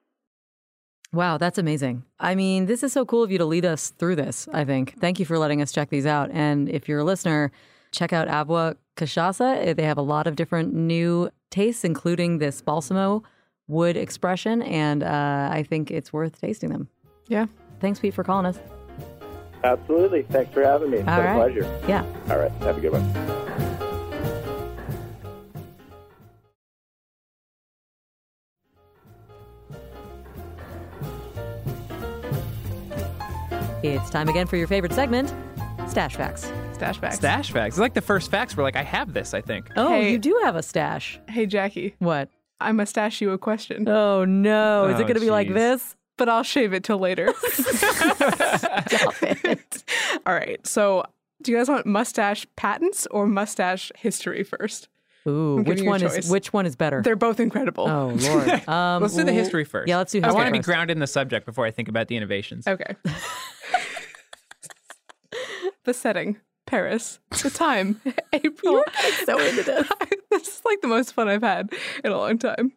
[SPEAKER 1] wow, that's amazing. I mean, this is so cool of you to lead us through this, I think. Thank you for letting us check these out. And if you're a listener, check out Agua Cachaça. Eh, They have a lot of different new tastes, including this balsamo wood expression. And uh, I think it's worth tasting them.
[SPEAKER 2] Yeah.
[SPEAKER 1] Thanks, Pete, for calling us.
[SPEAKER 6] Absolutely. Thanks for having me. It's
[SPEAKER 1] All
[SPEAKER 6] been
[SPEAKER 1] right.
[SPEAKER 6] a pleasure.
[SPEAKER 1] Yeah.
[SPEAKER 6] All right. Have a good one.
[SPEAKER 1] It's time again for your favorite segment, Stash Facts.
[SPEAKER 2] Stash bags.
[SPEAKER 3] Stash facts. It's like the first facts were like, I have this, I think.
[SPEAKER 1] Oh,
[SPEAKER 2] Hey.
[SPEAKER 1] you do have a stash.
[SPEAKER 2] Hey, Jackie,
[SPEAKER 1] What?
[SPEAKER 2] I must ask you a question,
[SPEAKER 1] Oh, no. Is it
[SPEAKER 3] Oh,
[SPEAKER 1] going to be like
[SPEAKER 3] geez.
[SPEAKER 1] this?
[SPEAKER 2] but I'll shave it
[SPEAKER 1] (laughs)
[SPEAKER 2] till later. (laughs) All right. So, do you guys want mustache patents or mustache history first?
[SPEAKER 1] Ooh,
[SPEAKER 2] I'm
[SPEAKER 1] which
[SPEAKER 2] giving you a
[SPEAKER 1] one is
[SPEAKER 2] choice.
[SPEAKER 1] which one is better?
[SPEAKER 2] They're both (laughs) incredible.
[SPEAKER 1] oh lord. Um,
[SPEAKER 3] Let's do the
[SPEAKER 1] l-
[SPEAKER 3] history first.
[SPEAKER 1] Yeah, let's do
[SPEAKER 3] I
[SPEAKER 1] history.
[SPEAKER 3] want to be
[SPEAKER 1] first.
[SPEAKER 3] grounded in the subject before I think about the innovations.
[SPEAKER 2] Okay. (laughs) the setting, Paris. The time, (laughs) April. so into this. this is like the most fun I've had in a long time.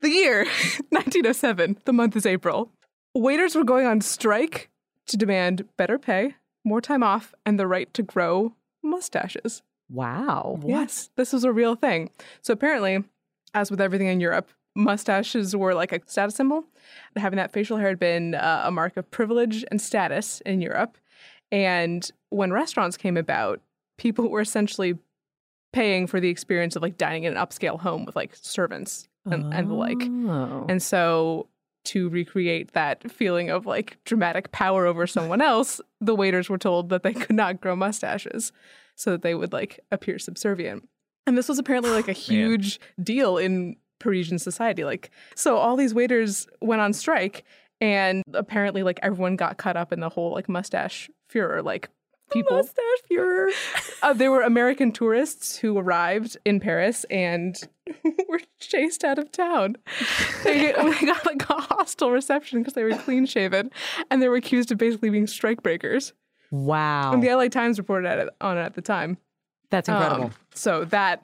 [SPEAKER 2] The year, (laughs) 1907. The month is April. Waiters were going on strike to demand better pay, more time off, and the right to grow mustaches.
[SPEAKER 1] Wow.
[SPEAKER 2] Yes, this was a real thing. So apparently, as with everything in Europe, mustaches were like a status symbol. Having that facial hair had been uh, a mark of privilege and status in Europe. And when restaurants came about, people (laughs) were essentially paying for the experience of like dining in an upscale home with like servants and, and the like.
[SPEAKER 1] Oh.
[SPEAKER 2] And so to recreate that feeling of like dramatic power over someone else, the waiters were told that they could not grow mustaches so that they would like appear subservient. And this was apparently like a huge deal in Parisian society. Like, so all these waiters went on strike, and apparently, like, everyone got caught up in the whole like mustache furor. Like, people. mustache furor. uh, there were American tourists who arrived in Paris and (laughs) were chased out of town. They, (laughs) they got like a hostile reception because they were clean shaven, and they were accused of basically being strike breakers.
[SPEAKER 1] wow.
[SPEAKER 2] And the LA Times reported at it, on it at the time.
[SPEAKER 1] That's
[SPEAKER 2] Um,
[SPEAKER 1] incredible.
[SPEAKER 2] so that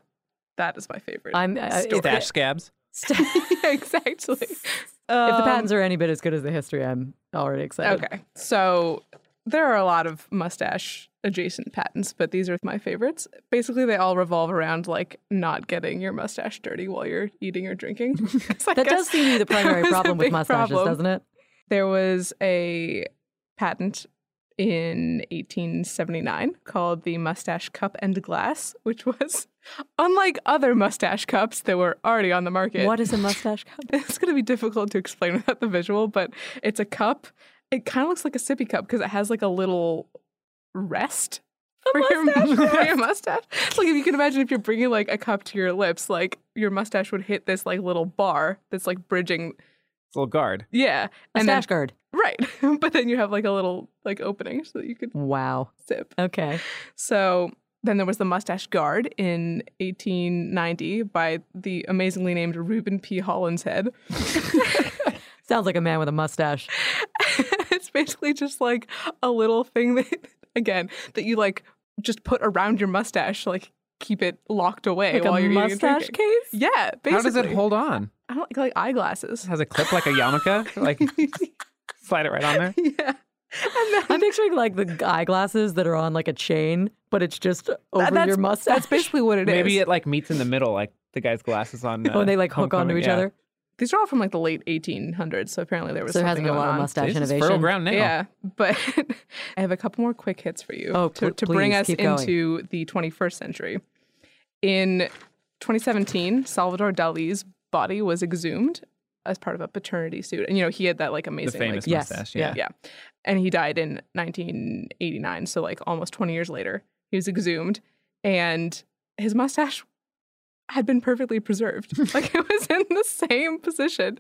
[SPEAKER 2] that is my favorite.
[SPEAKER 1] I'm uh, if, the,
[SPEAKER 3] Stash scabs.
[SPEAKER 2] (laughs) yeah, exactly.
[SPEAKER 1] if the patents are any bit as good as the history, I'm already excited.
[SPEAKER 2] Um, Okay. So there are a lot of mustache adjacent patents, but these are my favorites. Basically, they all revolve around like not getting your mustache dirty while you're eating or drinking. (laughs) 'Cause I
[SPEAKER 1] That
[SPEAKER 2] guess
[SPEAKER 1] does seem to be the
[SPEAKER 2] (laughs) that
[SPEAKER 1] primary
[SPEAKER 2] was a
[SPEAKER 1] problem with
[SPEAKER 2] big
[SPEAKER 1] mustaches,
[SPEAKER 2] problem.
[SPEAKER 1] doesn't it?
[SPEAKER 2] There was a patent in 1879 called the mustache cup and glass, which was (laughs) unlike other mustache cups that were already on the market.
[SPEAKER 1] What is a mustache cup?
[SPEAKER 2] It's going to be difficult to explain without the visual, but it's a cup. It kind of looks like a sippy cup because it has like a little rest for your, (laughs) for your mustache. It's Like if you can imagine, if you're bringing like a cup to your lips, like your mustache would hit this like little bar that's like bridging.
[SPEAKER 3] It's a little guard.
[SPEAKER 2] Yeah,
[SPEAKER 1] A
[SPEAKER 2] (laughs) and then
[SPEAKER 1] stash guard.
[SPEAKER 2] right, (laughs) but then you have like a little like opening so that you could
[SPEAKER 1] Wow.
[SPEAKER 2] sip.
[SPEAKER 1] Okay.
[SPEAKER 2] So then there was the mustache guard in 1890 by the amazingly named Reuben P. Hollinshead.
[SPEAKER 1] Sounds like a man with a mustache.
[SPEAKER 2] (laughs) it's basically just like a little thing that (laughs) again that you like just put around your mustache to, like keep it locked away
[SPEAKER 1] Like
[SPEAKER 2] while
[SPEAKER 1] a
[SPEAKER 2] you're
[SPEAKER 1] mustache
[SPEAKER 2] eating and drinking.
[SPEAKER 1] case?
[SPEAKER 2] yeah basically
[SPEAKER 3] How does it hold on?
[SPEAKER 2] i don't like, like
[SPEAKER 1] (laughs)
[SPEAKER 2] eyeglasses
[SPEAKER 3] It has a clip like a yarmulke. Like slide it right on there.
[SPEAKER 2] yeah
[SPEAKER 1] I'm picturing like the eyeglasses that are on like a chain, but it's just over
[SPEAKER 2] that's-
[SPEAKER 1] your mustache.
[SPEAKER 2] That's basically what
[SPEAKER 1] (laughs)
[SPEAKER 2] it is.
[SPEAKER 3] Maybe it like meets in the middle, like the guy's glasses on. Uh,
[SPEAKER 1] when they like hook onto
[SPEAKER 3] Homecoming,
[SPEAKER 1] each
[SPEAKER 3] yeah.
[SPEAKER 1] other.
[SPEAKER 2] These are all from like the late 1800s, so apparently there was
[SPEAKER 1] So there has
[SPEAKER 2] something
[SPEAKER 1] been a
[SPEAKER 2] going
[SPEAKER 1] lot of
[SPEAKER 2] on.
[SPEAKER 1] mustache
[SPEAKER 3] This is
[SPEAKER 1] innovation.
[SPEAKER 3] fertile ground now.
[SPEAKER 2] Yeah, but (laughs) I have a couple more quick hits for you
[SPEAKER 1] Oh,
[SPEAKER 2] to,
[SPEAKER 1] pl-
[SPEAKER 2] to bring
[SPEAKER 1] please,
[SPEAKER 2] us
[SPEAKER 1] keep going.
[SPEAKER 2] into the 21st century. In 2017, Salvador Dali's body was exhumed as part of a paternity suit, and you know he had that like
[SPEAKER 3] The
[SPEAKER 2] amazing
[SPEAKER 3] famous
[SPEAKER 2] like,
[SPEAKER 1] Yes,
[SPEAKER 3] mustache.
[SPEAKER 1] yeah.
[SPEAKER 3] Yeah.
[SPEAKER 2] yeah. And he died in 1989, so like almost 20 years later. He was exhumed and his mustache had been perfectly preserved. like it was in the same position.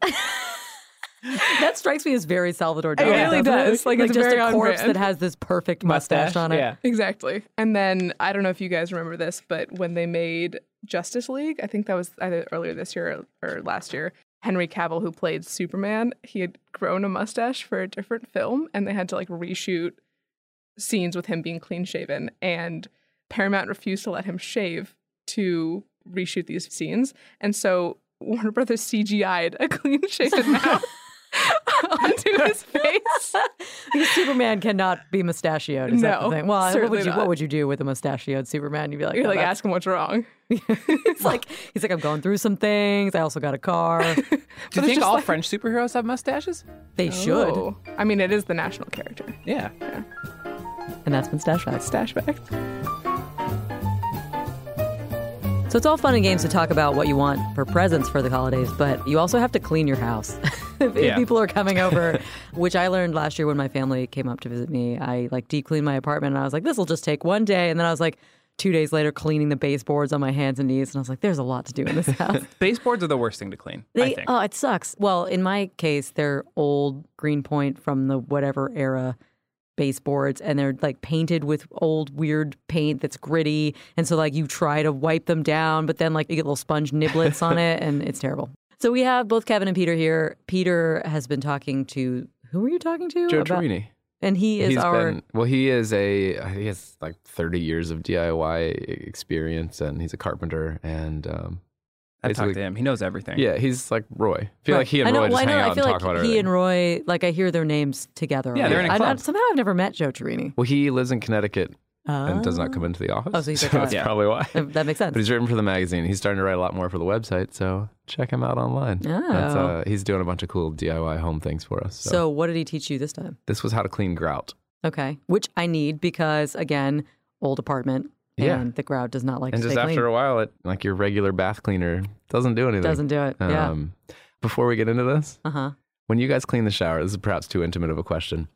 [SPEAKER 1] That strikes me as very Salvador
[SPEAKER 2] It
[SPEAKER 1] Dali.
[SPEAKER 2] really
[SPEAKER 1] doesn't
[SPEAKER 2] does. Like, it's
[SPEAKER 1] just
[SPEAKER 2] very
[SPEAKER 1] a
[SPEAKER 2] on
[SPEAKER 1] corpse
[SPEAKER 2] brand.
[SPEAKER 1] that has this perfect mustache, on it.
[SPEAKER 3] Yeah.
[SPEAKER 2] Exactly. And then I don't know if you guys remember this, but when they made Justice League, I think that was either earlier this year or, or last year, Henry Cavill, who played Superman, he had grown a mustache for a different film and they had to like reshoot scenes with him being clean shaven. And Paramount refused to let him shave to reshoot these scenes. And so Warner Brothers CGI'd a clean
[SPEAKER 3] (laughs)
[SPEAKER 2] shaven mouth (laughs) onto his face.
[SPEAKER 1] (laughs) Because Superman cannot be mustachioed. Is that
[SPEAKER 2] No,
[SPEAKER 1] the thing? Well, what
[SPEAKER 2] certainly
[SPEAKER 1] would you
[SPEAKER 2] not.
[SPEAKER 1] what would you do with a mustachioed Superman? You'd be like,
[SPEAKER 2] You're
[SPEAKER 1] well,
[SPEAKER 2] like,
[SPEAKER 1] that's-
[SPEAKER 2] ask him what's wrong.
[SPEAKER 1] it's (laughs) like he's like I'm going through some things. I also got a
[SPEAKER 2] (laughs)
[SPEAKER 1] car.
[SPEAKER 3] Do you think all French superheroes have mustaches?
[SPEAKER 1] They should.
[SPEAKER 2] Oh. I mean, it is the national character.
[SPEAKER 3] Yeah.
[SPEAKER 1] And that's been Stash Facts.
[SPEAKER 2] Stash bags.
[SPEAKER 1] So it's all fun and games to talk about what you want for presents for the holidays, but you also have to clean your house. (laughs) if if
[SPEAKER 3] Yeah.
[SPEAKER 1] people are coming over, which I learned last year when my family came up to visit me, I like deep cleaned my apartment and I was like, this will just take one day. And then I was like, two days later, cleaning the baseboards on my hands and knees. And I was like, there's a lot to do in this (laughs) house.
[SPEAKER 3] Baseboards are the worst thing to clean. I
[SPEAKER 1] They,
[SPEAKER 3] think.
[SPEAKER 1] oh, it sucks. Well, in my case, they're old Greenpoint from the whatever era baseboards, and they're like painted with old weird paint that's gritty. And so, like, you try to wipe them down, but then like you get little sponge niblets on it, and it's terrible. So we have both Kevin and Peter here. Peter has been talking to who were you talking to?
[SPEAKER 4] Joe
[SPEAKER 1] About-
[SPEAKER 4] Tribini.
[SPEAKER 1] and he is
[SPEAKER 4] He's
[SPEAKER 1] our
[SPEAKER 4] been well. He is a he has like thirty years of DIY experience, and he's a carpenter. And um,
[SPEAKER 3] I talked
[SPEAKER 4] basically-
[SPEAKER 3] to him. He knows everything.
[SPEAKER 4] yeah, he's like Roy. I feel like he and
[SPEAKER 1] I know,
[SPEAKER 4] Roy
[SPEAKER 1] well,
[SPEAKER 4] just
[SPEAKER 1] I know,
[SPEAKER 4] hang
[SPEAKER 1] I
[SPEAKER 4] out and
[SPEAKER 1] feel
[SPEAKER 4] talk
[SPEAKER 1] like
[SPEAKER 4] about
[SPEAKER 1] he
[SPEAKER 4] everything.
[SPEAKER 1] and Roy, like I hear their names together.
[SPEAKER 3] Yeah, they're
[SPEAKER 1] already.
[SPEAKER 3] in a
[SPEAKER 1] I, I,
[SPEAKER 3] club.
[SPEAKER 1] somehow I've never met Joe Trini.
[SPEAKER 4] well, he lives in Connecticut and does not come into the office.
[SPEAKER 1] Oh, so he's like, uh,
[SPEAKER 4] that's
[SPEAKER 1] Yeah.
[SPEAKER 4] probably why.
[SPEAKER 1] That makes sense.
[SPEAKER 4] But he's written for the magazine. He's starting to write a lot more for the website, so check him out online. That's,
[SPEAKER 1] Oh.
[SPEAKER 4] uh, he's doing a bunch of cool DIY home things for us. So,
[SPEAKER 1] So, what did he teach you this time?
[SPEAKER 4] this was how to clean grout.
[SPEAKER 1] Okay, which I need because again, old apartment, and
[SPEAKER 4] Yeah.
[SPEAKER 1] the grout does not like
[SPEAKER 4] And
[SPEAKER 1] to
[SPEAKER 4] just
[SPEAKER 1] stay
[SPEAKER 4] after
[SPEAKER 1] clean.
[SPEAKER 4] a while, it like your regular bath cleaner doesn't do anything.
[SPEAKER 1] Doesn't do it. yeah.
[SPEAKER 4] Um, Before we get into this,
[SPEAKER 1] Uh huh.
[SPEAKER 4] when you guys clean the shower, this is perhaps too intimate of a question.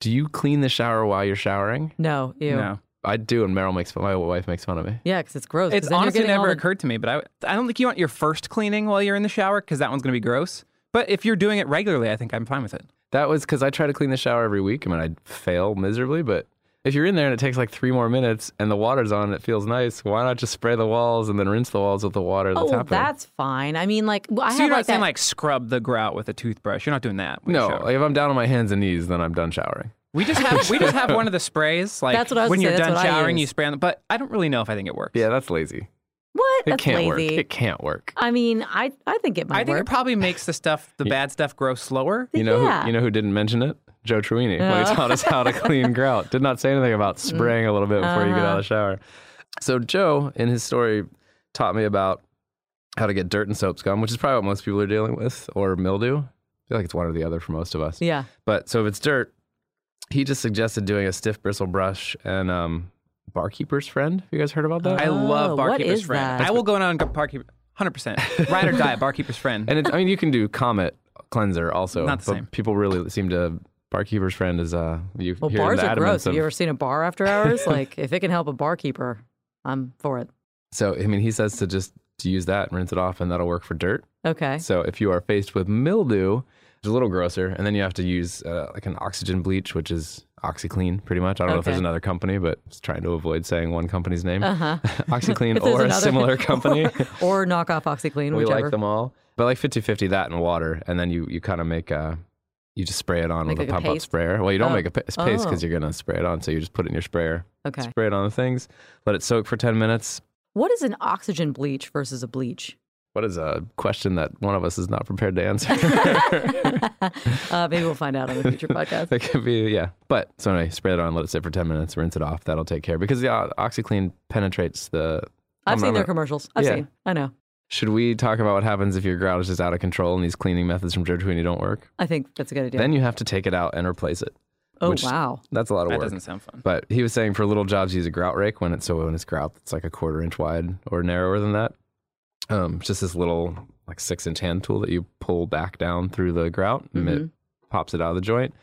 [SPEAKER 4] Do you clean the shower while you're showering?
[SPEAKER 1] No. Ew.
[SPEAKER 3] No.
[SPEAKER 4] I do, and Meryl makes fun. My wife makes fun of me.
[SPEAKER 1] Yeah, because it's gross. 'cause
[SPEAKER 3] It's
[SPEAKER 1] then you're
[SPEAKER 3] honestly
[SPEAKER 1] getting all
[SPEAKER 3] never
[SPEAKER 1] the-
[SPEAKER 3] occurred to me, but I, I don't think you want your first cleaning while you're in the shower because that one's going to be gross. But if you're doing it regularly, I think I'm fine with it.
[SPEAKER 4] That was because I try to clean the shower every week. I mean, I fail miserably, but if you're in there and it takes like three more minutes and the water's on, it feels nice. Why not just spray the walls and then rinse the walls with the water that's
[SPEAKER 1] Oh, well,
[SPEAKER 4] happening?
[SPEAKER 1] that's fine. I mean, like I
[SPEAKER 3] so
[SPEAKER 1] have
[SPEAKER 3] you're not
[SPEAKER 1] like
[SPEAKER 3] saying
[SPEAKER 1] that.
[SPEAKER 3] like scrub the grout with a toothbrush. You're not doing that. with a
[SPEAKER 4] no,
[SPEAKER 3] shower.
[SPEAKER 4] like, if I'm down on my hands and knees, then I'm done showering.
[SPEAKER 1] (laughs)
[SPEAKER 3] we just have we just have one of the sprays. Like
[SPEAKER 1] That's what I was
[SPEAKER 3] when
[SPEAKER 1] gonna say,
[SPEAKER 3] you're
[SPEAKER 1] that's
[SPEAKER 3] done
[SPEAKER 1] what I
[SPEAKER 3] showering, you
[SPEAKER 1] use.
[SPEAKER 3] spray on. The, but I don't really know if I think it works.
[SPEAKER 4] Yeah, that's lazy.
[SPEAKER 1] what?
[SPEAKER 4] It
[SPEAKER 1] That's
[SPEAKER 4] can't
[SPEAKER 1] lazy.
[SPEAKER 4] work. It can't work.
[SPEAKER 1] I mean, I I think it might
[SPEAKER 3] I think
[SPEAKER 1] work.
[SPEAKER 3] it probably makes the stuff, the bad stuff, grow slower.
[SPEAKER 4] You know,
[SPEAKER 1] Yeah. Oh.
[SPEAKER 4] who, you know who didn't mention it? Joe Truini when he taught us how
[SPEAKER 1] (laughs)
[SPEAKER 4] to clean grout. Did not say anything
[SPEAKER 1] Mm.
[SPEAKER 4] about spraying a little bit before you get out of the
[SPEAKER 1] Uh-huh.
[SPEAKER 4] shower. So Joe, in his story, taught me about how to get dirt and soap scum, which is probably what most people are dealing with, or mildew. I feel like it's one or the other for most of us.
[SPEAKER 1] yeah.
[SPEAKER 4] But so if it's dirt, he just suggested doing a stiff bristle brush and um, barkeeper's friend. Have you guys heard about that?
[SPEAKER 3] I
[SPEAKER 1] Oh,
[SPEAKER 3] love
[SPEAKER 1] what
[SPEAKER 3] barkeeper's
[SPEAKER 1] is
[SPEAKER 3] friend.
[SPEAKER 1] that?
[SPEAKER 3] I will go on barkeeper, hundred percent, ride or die, barkeeper's
[SPEAKER 4] (laughs)
[SPEAKER 3] friend.
[SPEAKER 4] and it's, I mean, you can do Comet cleanser also.
[SPEAKER 3] Not the
[SPEAKER 4] but
[SPEAKER 3] same.
[SPEAKER 4] People really seem to barkeeper's friend is uh you
[SPEAKER 1] Well,
[SPEAKER 4] hear
[SPEAKER 1] bars
[SPEAKER 4] the
[SPEAKER 1] are
[SPEAKER 4] adamance
[SPEAKER 1] gross. Have
[SPEAKER 4] of-
[SPEAKER 1] you ever seen a bar after hours? like, if it can help a barkeeper, I'm for it.
[SPEAKER 4] So I mean, he says to just to use that and rinse it off, and that'll work for dirt.
[SPEAKER 1] Okay.
[SPEAKER 4] So if you are faced with mildew, it's a little grosser, and then you have to use uh, like an oxygen bleach, which is OxyClean, pretty much. I don't know if there's
[SPEAKER 1] Okay.
[SPEAKER 4] another company, but it's trying to avoid saying one company's name,
[SPEAKER 1] Uh huh.
[SPEAKER 4] (laughs)
[SPEAKER 1] (laughs)
[SPEAKER 4] OxyClean, or a similar company.
[SPEAKER 1] or, or knock off OxyClean,
[SPEAKER 4] (laughs) we
[SPEAKER 1] whichever.
[SPEAKER 4] like them all, but like 50-50 that and water, and then you you kind of make a. You just spray it on
[SPEAKER 1] Make
[SPEAKER 4] with
[SPEAKER 1] like
[SPEAKER 4] a
[SPEAKER 1] a
[SPEAKER 4] pump up
[SPEAKER 1] paste?
[SPEAKER 4] sprayer. Well, you don't
[SPEAKER 1] Oh.
[SPEAKER 4] make a pa- paste because
[SPEAKER 1] Oh.
[SPEAKER 4] you're gonna spray it on, so you just put it in your sprayer,
[SPEAKER 1] Okay.
[SPEAKER 4] spray it on the things, let it soak for ten minutes.
[SPEAKER 1] What is an oxygen bleach versus a bleach?
[SPEAKER 4] What is a question that one of us is not prepared to answer? (laughs)
[SPEAKER 1] Uh, maybe we'll find out on the future podcast.
[SPEAKER 4] that could be, yeah. But so anyway, spray it on, let it sit for 10 minutes, rinse it off. That'll take care because the uh, OxyClean penetrates the.
[SPEAKER 1] I've
[SPEAKER 4] I'm-
[SPEAKER 1] seen
[SPEAKER 4] I'm-
[SPEAKER 1] their commercials. I've
[SPEAKER 4] Yeah.
[SPEAKER 1] seen. I know.
[SPEAKER 4] Should we talk about what happens if your grout is just out of control and these cleaning methods from Joe Tweeney don't work?
[SPEAKER 1] I think that's a good idea.
[SPEAKER 4] Then you have to take it out and replace it.
[SPEAKER 1] oh
[SPEAKER 4] which-
[SPEAKER 1] wow.
[SPEAKER 4] That's a lot of
[SPEAKER 3] That
[SPEAKER 4] work.
[SPEAKER 3] doesn't sound fun.
[SPEAKER 4] But he was saying for little jobs, use a grout rake when it's so when it's grout that's like a quarter inch wide or narrower than that. Um, it's just this little like six inch hand tool that you pull back down through the grout and it
[SPEAKER 1] Mm-hmm.
[SPEAKER 4] pops it out of the joint.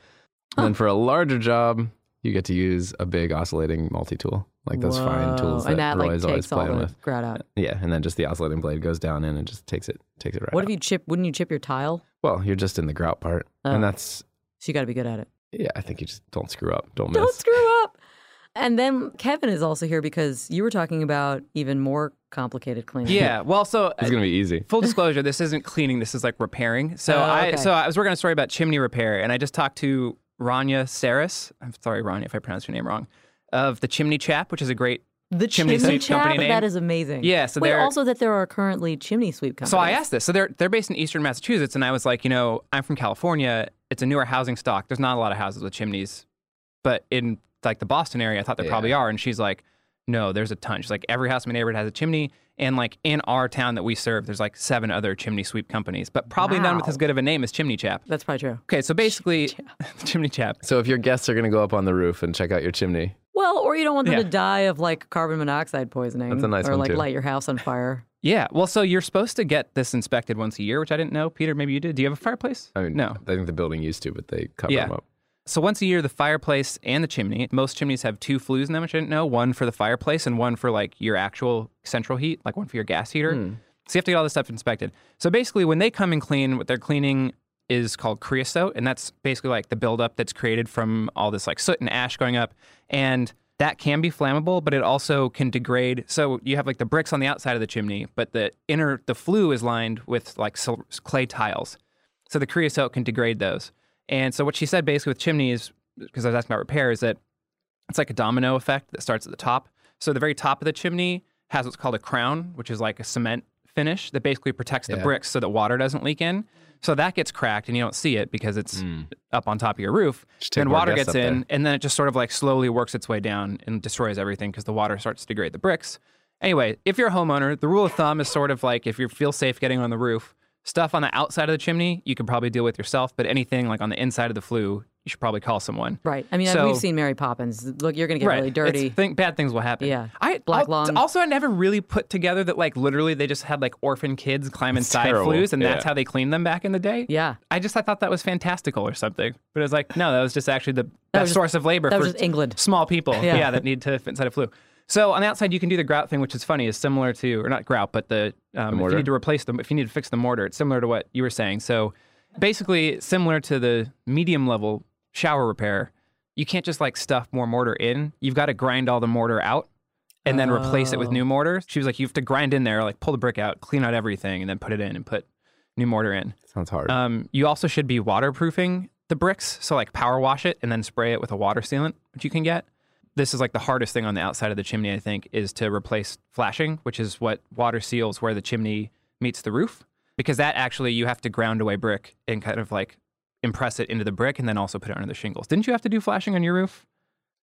[SPEAKER 4] And then for a larger job, you get to use a big oscillating multi tool, like those fine
[SPEAKER 1] Whoa.
[SPEAKER 4] tools that,
[SPEAKER 1] and that like
[SPEAKER 4] Roy's always
[SPEAKER 1] takes all
[SPEAKER 4] playing
[SPEAKER 1] the
[SPEAKER 4] with.
[SPEAKER 1] grout out.
[SPEAKER 4] Yeah, and then just the oscillating blade goes down in and just takes it takes it right.
[SPEAKER 1] What
[SPEAKER 4] out.
[SPEAKER 1] if you chip? Wouldn't you chip your tile?
[SPEAKER 4] Well, you're just in the grout part,
[SPEAKER 1] Oh.
[SPEAKER 4] and that's
[SPEAKER 1] So you got to be good at it.
[SPEAKER 4] yeah. I think you just don't screw up, don't,
[SPEAKER 1] Don't
[SPEAKER 4] miss.
[SPEAKER 1] screw up. And then Kevin is also here because you were talking about even more complicated cleaning.
[SPEAKER 3] Yeah. Well, so
[SPEAKER 4] it's gonna be easy.
[SPEAKER 3] full disclosure, this isn't cleaning. This is like repairing. So
[SPEAKER 1] Oh,
[SPEAKER 3] I
[SPEAKER 1] okay.
[SPEAKER 3] so I was working on a story about chimney repair, and I just talked to Rania Saris. I'm sorry, Rania, if I pronounced your name wrong. Of the Chimney Chap, which is a great.
[SPEAKER 1] the
[SPEAKER 3] Chimney sweep company name?
[SPEAKER 1] That is amazing.
[SPEAKER 3] Yeah, so
[SPEAKER 1] Wait,
[SPEAKER 3] they're-
[SPEAKER 1] also that there are currently chimney sweep companies.
[SPEAKER 3] So I asked this. So they're they're based in Eastern Massachusetts, and I was like, you know, I'm from California. It's a newer housing stock. There's not a lot of houses with chimneys, but in like the Boston area, I thought there probably are. And she's like, no, there's a ton. She's like, every house in my neighborhood has a chimney, and like in our town that we serve, there's like seven other chimney sweep companies, but probably none with
[SPEAKER 1] Wow.
[SPEAKER 3] as good of a name as Chimney Chap.
[SPEAKER 1] That's probably true.
[SPEAKER 3] Okay, so basically, (laughs) chimney chap.
[SPEAKER 4] So if your guests are gonna go up on the roof and check out your chimney,
[SPEAKER 1] Well, or you don't want them
[SPEAKER 3] Yeah.
[SPEAKER 1] to die of like carbon monoxide poisoning.
[SPEAKER 4] That's a nice
[SPEAKER 1] Or
[SPEAKER 4] one,
[SPEAKER 1] like
[SPEAKER 4] too.
[SPEAKER 1] light your house on fire.
[SPEAKER 3] Yeah. Well, so you're supposed to get this inspected once a year, which I didn't know. Peter, maybe you did. Do you have a fireplace?
[SPEAKER 4] I mean,
[SPEAKER 3] no.
[SPEAKER 4] I think the building used to, but they cover
[SPEAKER 3] Yeah.
[SPEAKER 4] them up.
[SPEAKER 3] So once a year, the fireplace and the chimney. Most chimneys have two flues in them, which I didn't know. One for the fireplace and one for like your actual central heat, like one for your gas heater. So you have to get all this stuff inspected. So basically, when they come and clean, what they're cleaning is called creosote, and that's basically like the buildup that's created from all this like soot and ash going up, and that can be flammable, but it also can degrade. So you have like the bricks on the outside of the chimney, but the inner the flue is lined with like sil- clay tiles. So the creosote can degrade those. And so what she said basically with chimneys, because I was asking about repair, is that it's like a domino effect that starts at the top. So the very top of the chimney has what's called a crown, which is like a cement finish that basically protects the
[SPEAKER 4] Yeah.
[SPEAKER 3] bricks so that water doesn't leak in. So that gets cracked and you don't see it because it's up on top of your roof.
[SPEAKER 4] Should Mm. take
[SPEAKER 3] Then
[SPEAKER 4] more
[SPEAKER 3] water
[SPEAKER 4] guests
[SPEAKER 3] gets
[SPEAKER 4] up
[SPEAKER 3] in,
[SPEAKER 4] there.
[SPEAKER 3] and then it just sort of like slowly works its way down and destroys everything because the water starts to degrade the bricks. Anyway, if you're a homeowner, the rule of thumb is sort of like if you feel safe getting on the roof, stuff on the outside of the chimney you can probably deal with yourself, but anything like on the inside of the flue, you should probably call someone.
[SPEAKER 1] Right. I mean, I-
[SPEAKER 3] So-
[SPEAKER 1] we've seen Mary Poppins. Look, you're going to get really
[SPEAKER 3] It's
[SPEAKER 1] dirty.
[SPEAKER 3] think bad things will happen.
[SPEAKER 1] Yeah.
[SPEAKER 3] I
[SPEAKER 1] Black
[SPEAKER 3] al-
[SPEAKER 1] lung.
[SPEAKER 3] Also, I never really put together that like literally they just had like orphan kids climb inside
[SPEAKER 4] terrible.
[SPEAKER 3] flues, and that's
[SPEAKER 4] Yeah.
[SPEAKER 3] how they cleaned them back in the day.
[SPEAKER 1] Yeah.
[SPEAKER 3] I just I thought that was fantastical or something, but it was like no, that was just actually the best
[SPEAKER 1] was just-
[SPEAKER 3] source of labor
[SPEAKER 1] that
[SPEAKER 3] for
[SPEAKER 1] was just England.
[SPEAKER 3] small people.
[SPEAKER 1] Yeah.
[SPEAKER 3] Yeah. that need to fit inside a flu. So on the outside, you can do the grout thing, which is funny, is similar to or not grout, but the, um, if
[SPEAKER 4] mortar?
[SPEAKER 3] you need to replace them, if you need to fix the mortar, it's similar to what you were saying. So basically, similar to the medium level shower repair, you can't just like stuff more mortar in. You've got to grind all the mortar out and then replace it with
[SPEAKER 1] Oh.
[SPEAKER 3] new mortar. She was like, you have to grind in there, like pull the brick out, clean out everything, and then put it in and put new mortar in.
[SPEAKER 4] Sounds hard.
[SPEAKER 3] Um, you also should be waterproofing the bricks, so like power wash it and then spray it with a water sealant, which you can get. This is like the hardest thing on the outside of the chimney, I think, is to replace flashing, which is what water seals where the chimney meets the roof, because that actually you have to ground away brick and kind of like impress it into the brick and then also put it under the shingles. Didn't you have to do flashing on your roof?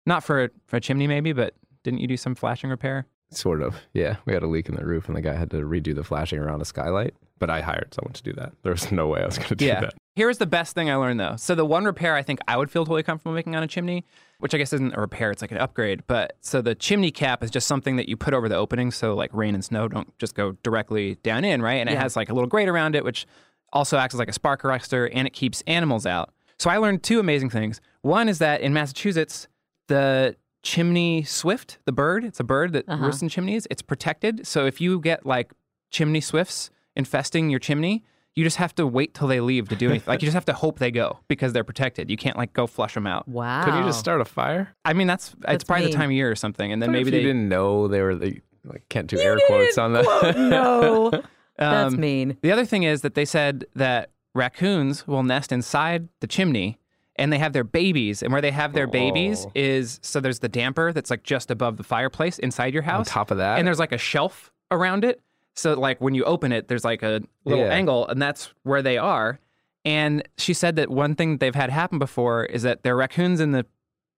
[SPEAKER 3] Not for for a chimney, maybe, but didn't you do some flashing repair?
[SPEAKER 4] sort of. Yeah, we had a leak in the roof, and the guy had to redo the flashing around a skylight. But I hired someone to do that. There was no way I was going to do that.
[SPEAKER 3] Here's the best thing I learned though. So the one repair I think I would feel totally comfortable making on a chimney, which I guess isn't a repair, it's like an upgrade. But so the chimney cap is just something that you put over the opening so like rain and snow don't just go directly down in, right? And it has like a little grate around it, which also acts as like a spark arrestor and it keeps animals out. So I learned two amazing things. One is that in Massachusetts, the chimney swift, the bird, it's a bird that roosts in chimneys, it's protected. So if you get like chimney swifts infesting your chimney, you just have to wait till they leave to do anything. like you just
[SPEAKER 4] (laughs)
[SPEAKER 3] have to hope they go because they're protected. You can't like go flush them out.
[SPEAKER 1] Wow.
[SPEAKER 4] Could you just start a fire?
[SPEAKER 3] I mean, that's,
[SPEAKER 1] That's
[SPEAKER 3] it's probably
[SPEAKER 1] mean.
[SPEAKER 3] the time of year or something, and then
[SPEAKER 4] Maybe
[SPEAKER 3] maybe
[SPEAKER 4] if
[SPEAKER 3] they
[SPEAKER 4] you didn't know they were the like can't do air quotes on that. (laughs)
[SPEAKER 1] no. That's
[SPEAKER 3] Um,
[SPEAKER 1] mean.
[SPEAKER 3] The other thing is that they said that raccoons will nest inside the chimney and they have their babies. And where they have their babies
[SPEAKER 4] Oh.
[SPEAKER 3] is so there's the damper that's like just above the fireplace inside your house.
[SPEAKER 4] top of that?
[SPEAKER 3] And there's like a shelf around it. So like when you open it, there's like a little
[SPEAKER 4] Yeah.
[SPEAKER 3] angle, and that's where they are. And she said that one thing they've had happen before is that there are raccoons in the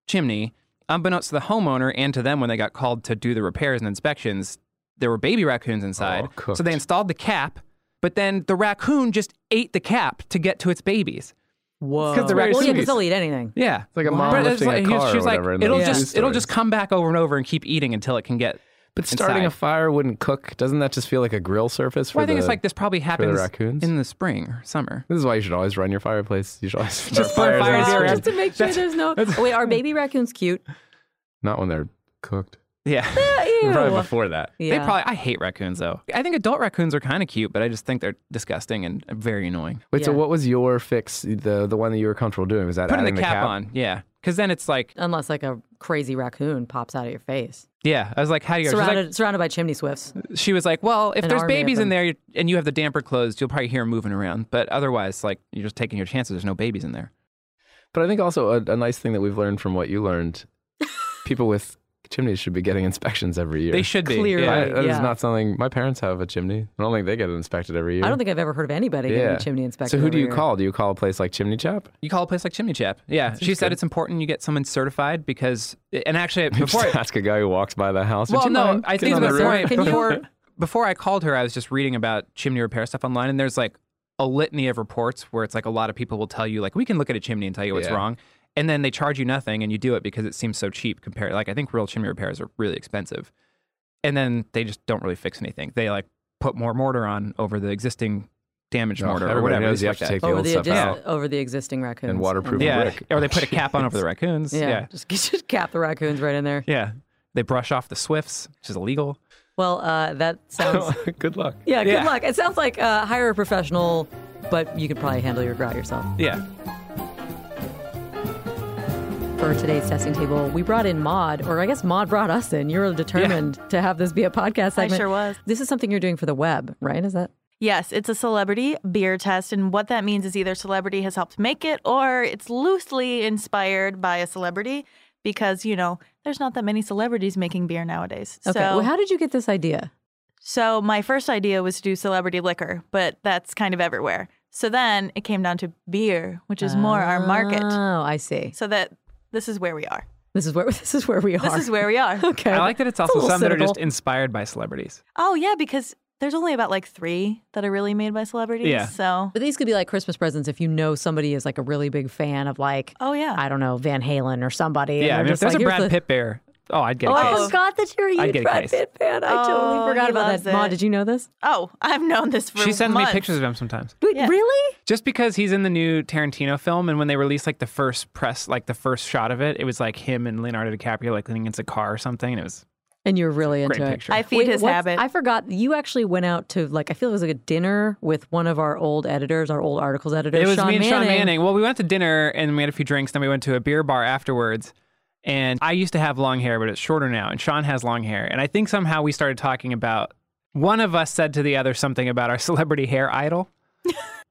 [SPEAKER 3] chimney, unbeknownst to the homeowner and to them when they got called to do the repairs and inspections. There were baby raccoons inside,
[SPEAKER 4] Oh, cooked.
[SPEAKER 3] so they installed the cap. But then the raccoon just ate the cap to get to its babies.
[SPEAKER 1] Whoa.
[SPEAKER 3] Because the
[SPEAKER 1] well, yeah,
[SPEAKER 3] raccoons-
[SPEAKER 1] because they'll eat anything.
[SPEAKER 3] Yeah,
[SPEAKER 4] It's like a mom
[SPEAKER 3] But it's
[SPEAKER 4] lifting
[SPEAKER 3] like-
[SPEAKER 4] a
[SPEAKER 3] he was-
[SPEAKER 4] car
[SPEAKER 3] she
[SPEAKER 4] or
[SPEAKER 3] was like,
[SPEAKER 4] whatever. in
[SPEAKER 3] it'll
[SPEAKER 4] those
[SPEAKER 3] just
[SPEAKER 4] news
[SPEAKER 3] it'll
[SPEAKER 4] stories.
[SPEAKER 3] just come back over and over and keep eating until it can get.
[SPEAKER 4] But starting a
[SPEAKER 3] inside.
[SPEAKER 4] fire wouldn't cook. Doesn't that just feel like a grill surface? For
[SPEAKER 3] Well, I think
[SPEAKER 4] the,
[SPEAKER 3] it's like this probably happens
[SPEAKER 4] raccoons?
[SPEAKER 3] in the spring or summer.
[SPEAKER 4] This is why you should always run your fireplace. You should always (laughs)
[SPEAKER 3] Just
[SPEAKER 4] start
[SPEAKER 3] burn
[SPEAKER 4] fires in the
[SPEAKER 3] fires
[SPEAKER 4] spring.
[SPEAKER 1] just to make sure there's
[SPEAKER 4] (laughs)
[SPEAKER 1] no. Oh, wait, are baby raccoons cute?
[SPEAKER 4] Not when they're cooked.
[SPEAKER 3] (laughs) Yeah.
[SPEAKER 1] Ew.
[SPEAKER 4] (laughs) Probably before that.
[SPEAKER 1] Yeah.
[SPEAKER 3] They probably. I hate raccoons though. I think adult raccoons are kind of cute, but I just think they're disgusting and very annoying.
[SPEAKER 4] Wait, so
[SPEAKER 1] Yeah.
[SPEAKER 4] what was your fix? The the one that you were comfortable doing was that
[SPEAKER 3] Putting the
[SPEAKER 4] adding
[SPEAKER 3] cap, on, yeah, because then it's like,
[SPEAKER 1] Unless like a crazy raccoon pops out of your face,
[SPEAKER 3] yeah. I was like, how do you? She's
[SPEAKER 1] surrounded
[SPEAKER 3] like,
[SPEAKER 1] surrounded by chimney swifts.
[SPEAKER 3] she was like, well, if
[SPEAKER 1] An
[SPEAKER 3] there's
[SPEAKER 1] army of
[SPEAKER 3] babies in
[SPEAKER 1] them.
[SPEAKER 3] there and you have the damper closed, you'll probably hear them moving around. But otherwise, like, you're just taking your chances. There's no babies in there.
[SPEAKER 4] But I think also a, a nice thing that we've learned from what
[SPEAKER 3] (laughs)
[SPEAKER 4] you learned, people with chimneys should be getting inspections every year.
[SPEAKER 3] They should be.
[SPEAKER 1] Clearly.
[SPEAKER 4] I,
[SPEAKER 3] Yeah.
[SPEAKER 4] that is
[SPEAKER 1] Yeah.
[SPEAKER 4] not something. My parents have a chimney. I don't think they get it inspected every year.
[SPEAKER 1] I don't think I've ever heard of anybody getting a chimney inspected.
[SPEAKER 4] So who
[SPEAKER 1] over
[SPEAKER 4] do you
[SPEAKER 1] here.
[SPEAKER 4] call? Do you call a place like Chimney Chop?
[SPEAKER 3] You call a place like Chimney Chap. Yeah. She said it's important you get someone certified because, and
[SPEAKER 4] (laughs)
[SPEAKER 3] actually, before
[SPEAKER 4] Just
[SPEAKER 3] I,
[SPEAKER 4] ask a guy who walks by the house. "Would
[SPEAKER 3] Well,
[SPEAKER 4] you
[SPEAKER 3] no,
[SPEAKER 4] mind
[SPEAKER 3] I
[SPEAKER 4] getting
[SPEAKER 3] think
[SPEAKER 4] on
[SPEAKER 3] that's
[SPEAKER 4] the
[SPEAKER 3] the
[SPEAKER 4] roof?"
[SPEAKER 1] (laughs)
[SPEAKER 3] point. Before, before I called her, I was just reading about chimney repair stuff online, and there's like a litany of reports where it's like a lot of people will tell you, like, we can look at a chimney and tell you what's
[SPEAKER 4] Yeah.
[SPEAKER 3] wrong. And then they charge you nothing, and you do it because it seems so cheap compared. Like, I think real chimney repairs are really expensive. And then they just don't really fix anything. They like put more mortar on over the existing damaged
[SPEAKER 4] No,
[SPEAKER 3] mortar or
[SPEAKER 4] Oh, everybody
[SPEAKER 3] whatever.
[SPEAKER 4] knows
[SPEAKER 3] just
[SPEAKER 4] you
[SPEAKER 3] like
[SPEAKER 4] have to
[SPEAKER 3] that.
[SPEAKER 4] take the
[SPEAKER 1] over
[SPEAKER 4] old
[SPEAKER 1] the,
[SPEAKER 4] stuff
[SPEAKER 1] exist-
[SPEAKER 4] out
[SPEAKER 1] over the existing raccoons
[SPEAKER 4] and waterproof
[SPEAKER 3] Yeah.
[SPEAKER 4] brick.
[SPEAKER 3] Or they put a cap on over
[SPEAKER 4] (laughs)
[SPEAKER 3] the raccoons.
[SPEAKER 1] Yeah,
[SPEAKER 3] yeah.
[SPEAKER 1] just (laughs) just cap the raccoons right in there.
[SPEAKER 3] Yeah. They brush off the Swifts, which is illegal.
[SPEAKER 1] Well, uh, that sounds.
[SPEAKER 4] (laughs) Good luck.
[SPEAKER 1] Yeah, good
[SPEAKER 3] Yeah.
[SPEAKER 1] luck. It sounds like uh, hire a professional, but you could probably handle your grout yourself.
[SPEAKER 3] Yeah.
[SPEAKER 1] For today's testing table, we brought in Maud, or I guess Maud brought us in. You were determined to have this be a podcast
[SPEAKER 7] I
[SPEAKER 1] segment.
[SPEAKER 7] sure was.
[SPEAKER 1] This is something you're doing for the web, right? Is that?
[SPEAKER 7] Yes, it's a celebrity beer test. And what that means is either celebrity has helped make it or it's loosely inspired by a celebrity because, you know, there's not that many celebrities making beer nowadays.
[SPEAKER 1] Okay.
[SPEAKER 7] So,
[SPEAKER 1] well, how did you get this idea?
[SPEAKER 7] so my first idea was to do celebrity liquor, but that's kind of everywhere. So then it came down to beer, which is more our market.
[SPEAKER 1] Oh, I see.
[SPEAKER 7] So that this is where we are.
[SPEAKER 1] This is where (laughs) this is where we are.
[SPEAKER 7] This is where we are.
[SPEAKER 1] (laughs) Okay.
[SPEAKER 3] I like that it's
[SPEAKER 1] a
[SPEAKER 3] also
[SPEAKER 1] little
[SPEAKER 3] some that are just
[SPEAKER 1] cynical.
[SPEAKER 3] inspired by celebrities.
[SPEAKER 7] oh, yeah, because there's only about like three that are really made by celebrities.
[SPEAKER 3] Yeah.
[SPEAKER 7] So,
[SPEAKER 1] But these could be like Christmas presents if you know somebody is like a really big fan of like
[SPEAKER 7] oh, yeah.
[SPEAKER 1] I don't know Van Halen or somebody. and
[SPEAKER 3] Yeah, I
[SPEAKER 1] they're
[SPEAKER 3] mean, if
[SPEAKER 1] just
[SPEAKER 3] there's
[SPEAKER 1] like,
[SPEAKER 3] a
[SPEAKER 1] "Here's
[SPEAKER 3] Brad
[SPEAKER 1] the-
[SPEAKER 3] Pitt bear, oh, I'd get a
[SPEAKER 7] Oh,
[SPEAKER 1] I
[SPEAKER 3] case.
[SPEAKER 1] forgot that you're a
[SPEAKER 3] I'd
[SPEAKER 1] huge
[SPEAKER 3] get a
[SPEAKER 1] Brad
[SPEAKER 3] case.
[SPEAKER 1] Pitt fan. I
[SPEAKER 7] Oh,
[SPEAKER 1] totally forgot
[SPEAKER 7] he
[SPEAKER 1] about
[SPEAKER 7] loves
[SPEAKER 1] that. Maud,
[SPEAKER 7] it.
[SPEAKER 1] did you know this?
[SPEAKER 7] Oh, I've known this for
[SPEAKER 3] She sends me
[SPEAKER 7] months.
[SPEAKER 3] pictures of him sometimes.
[SPEAKER 1] Wait,
[SPEAKER 7] Yeah.
[SPEAKER 1] Really?
[SPEAKER 3] Just because he's in the new Tarantino film, and when they released like the first press, like the first shot of it, it was like him and Leonardo DiCaprio like leaning against a car or something. And it was
[SPEAKER 1] And you're really into
[SPEAKER 3] great
[SPEAKER 1] it.
[SPEAKER 3] picture.
[SPEAKER 7] I feed his
[SPEAKER 1] what's-
[SPEAKER 7] habit.
[SPEAKER 1] I forgot you actually went out to like I feel it was like a dinner with one of our old editors, our old articles editors.
[SPEAKER 3] it was
[SPEAKER 1] Sean
[SPEAKER 3] me and
[SPEAKER 1] Manning.
[SPEAKER 3] Sean Manning. Well, we went to dinner and we had a few drinks, then we went to a beer bar afterwards. And I used to have long hair, but it's shorter now. And Sean has long hair. And I think somehow we started talking about one of us said to the other something about our (laughs) celebrity
[SPEAKER 1] (laughs)
[SPEAKER 3] hair idol.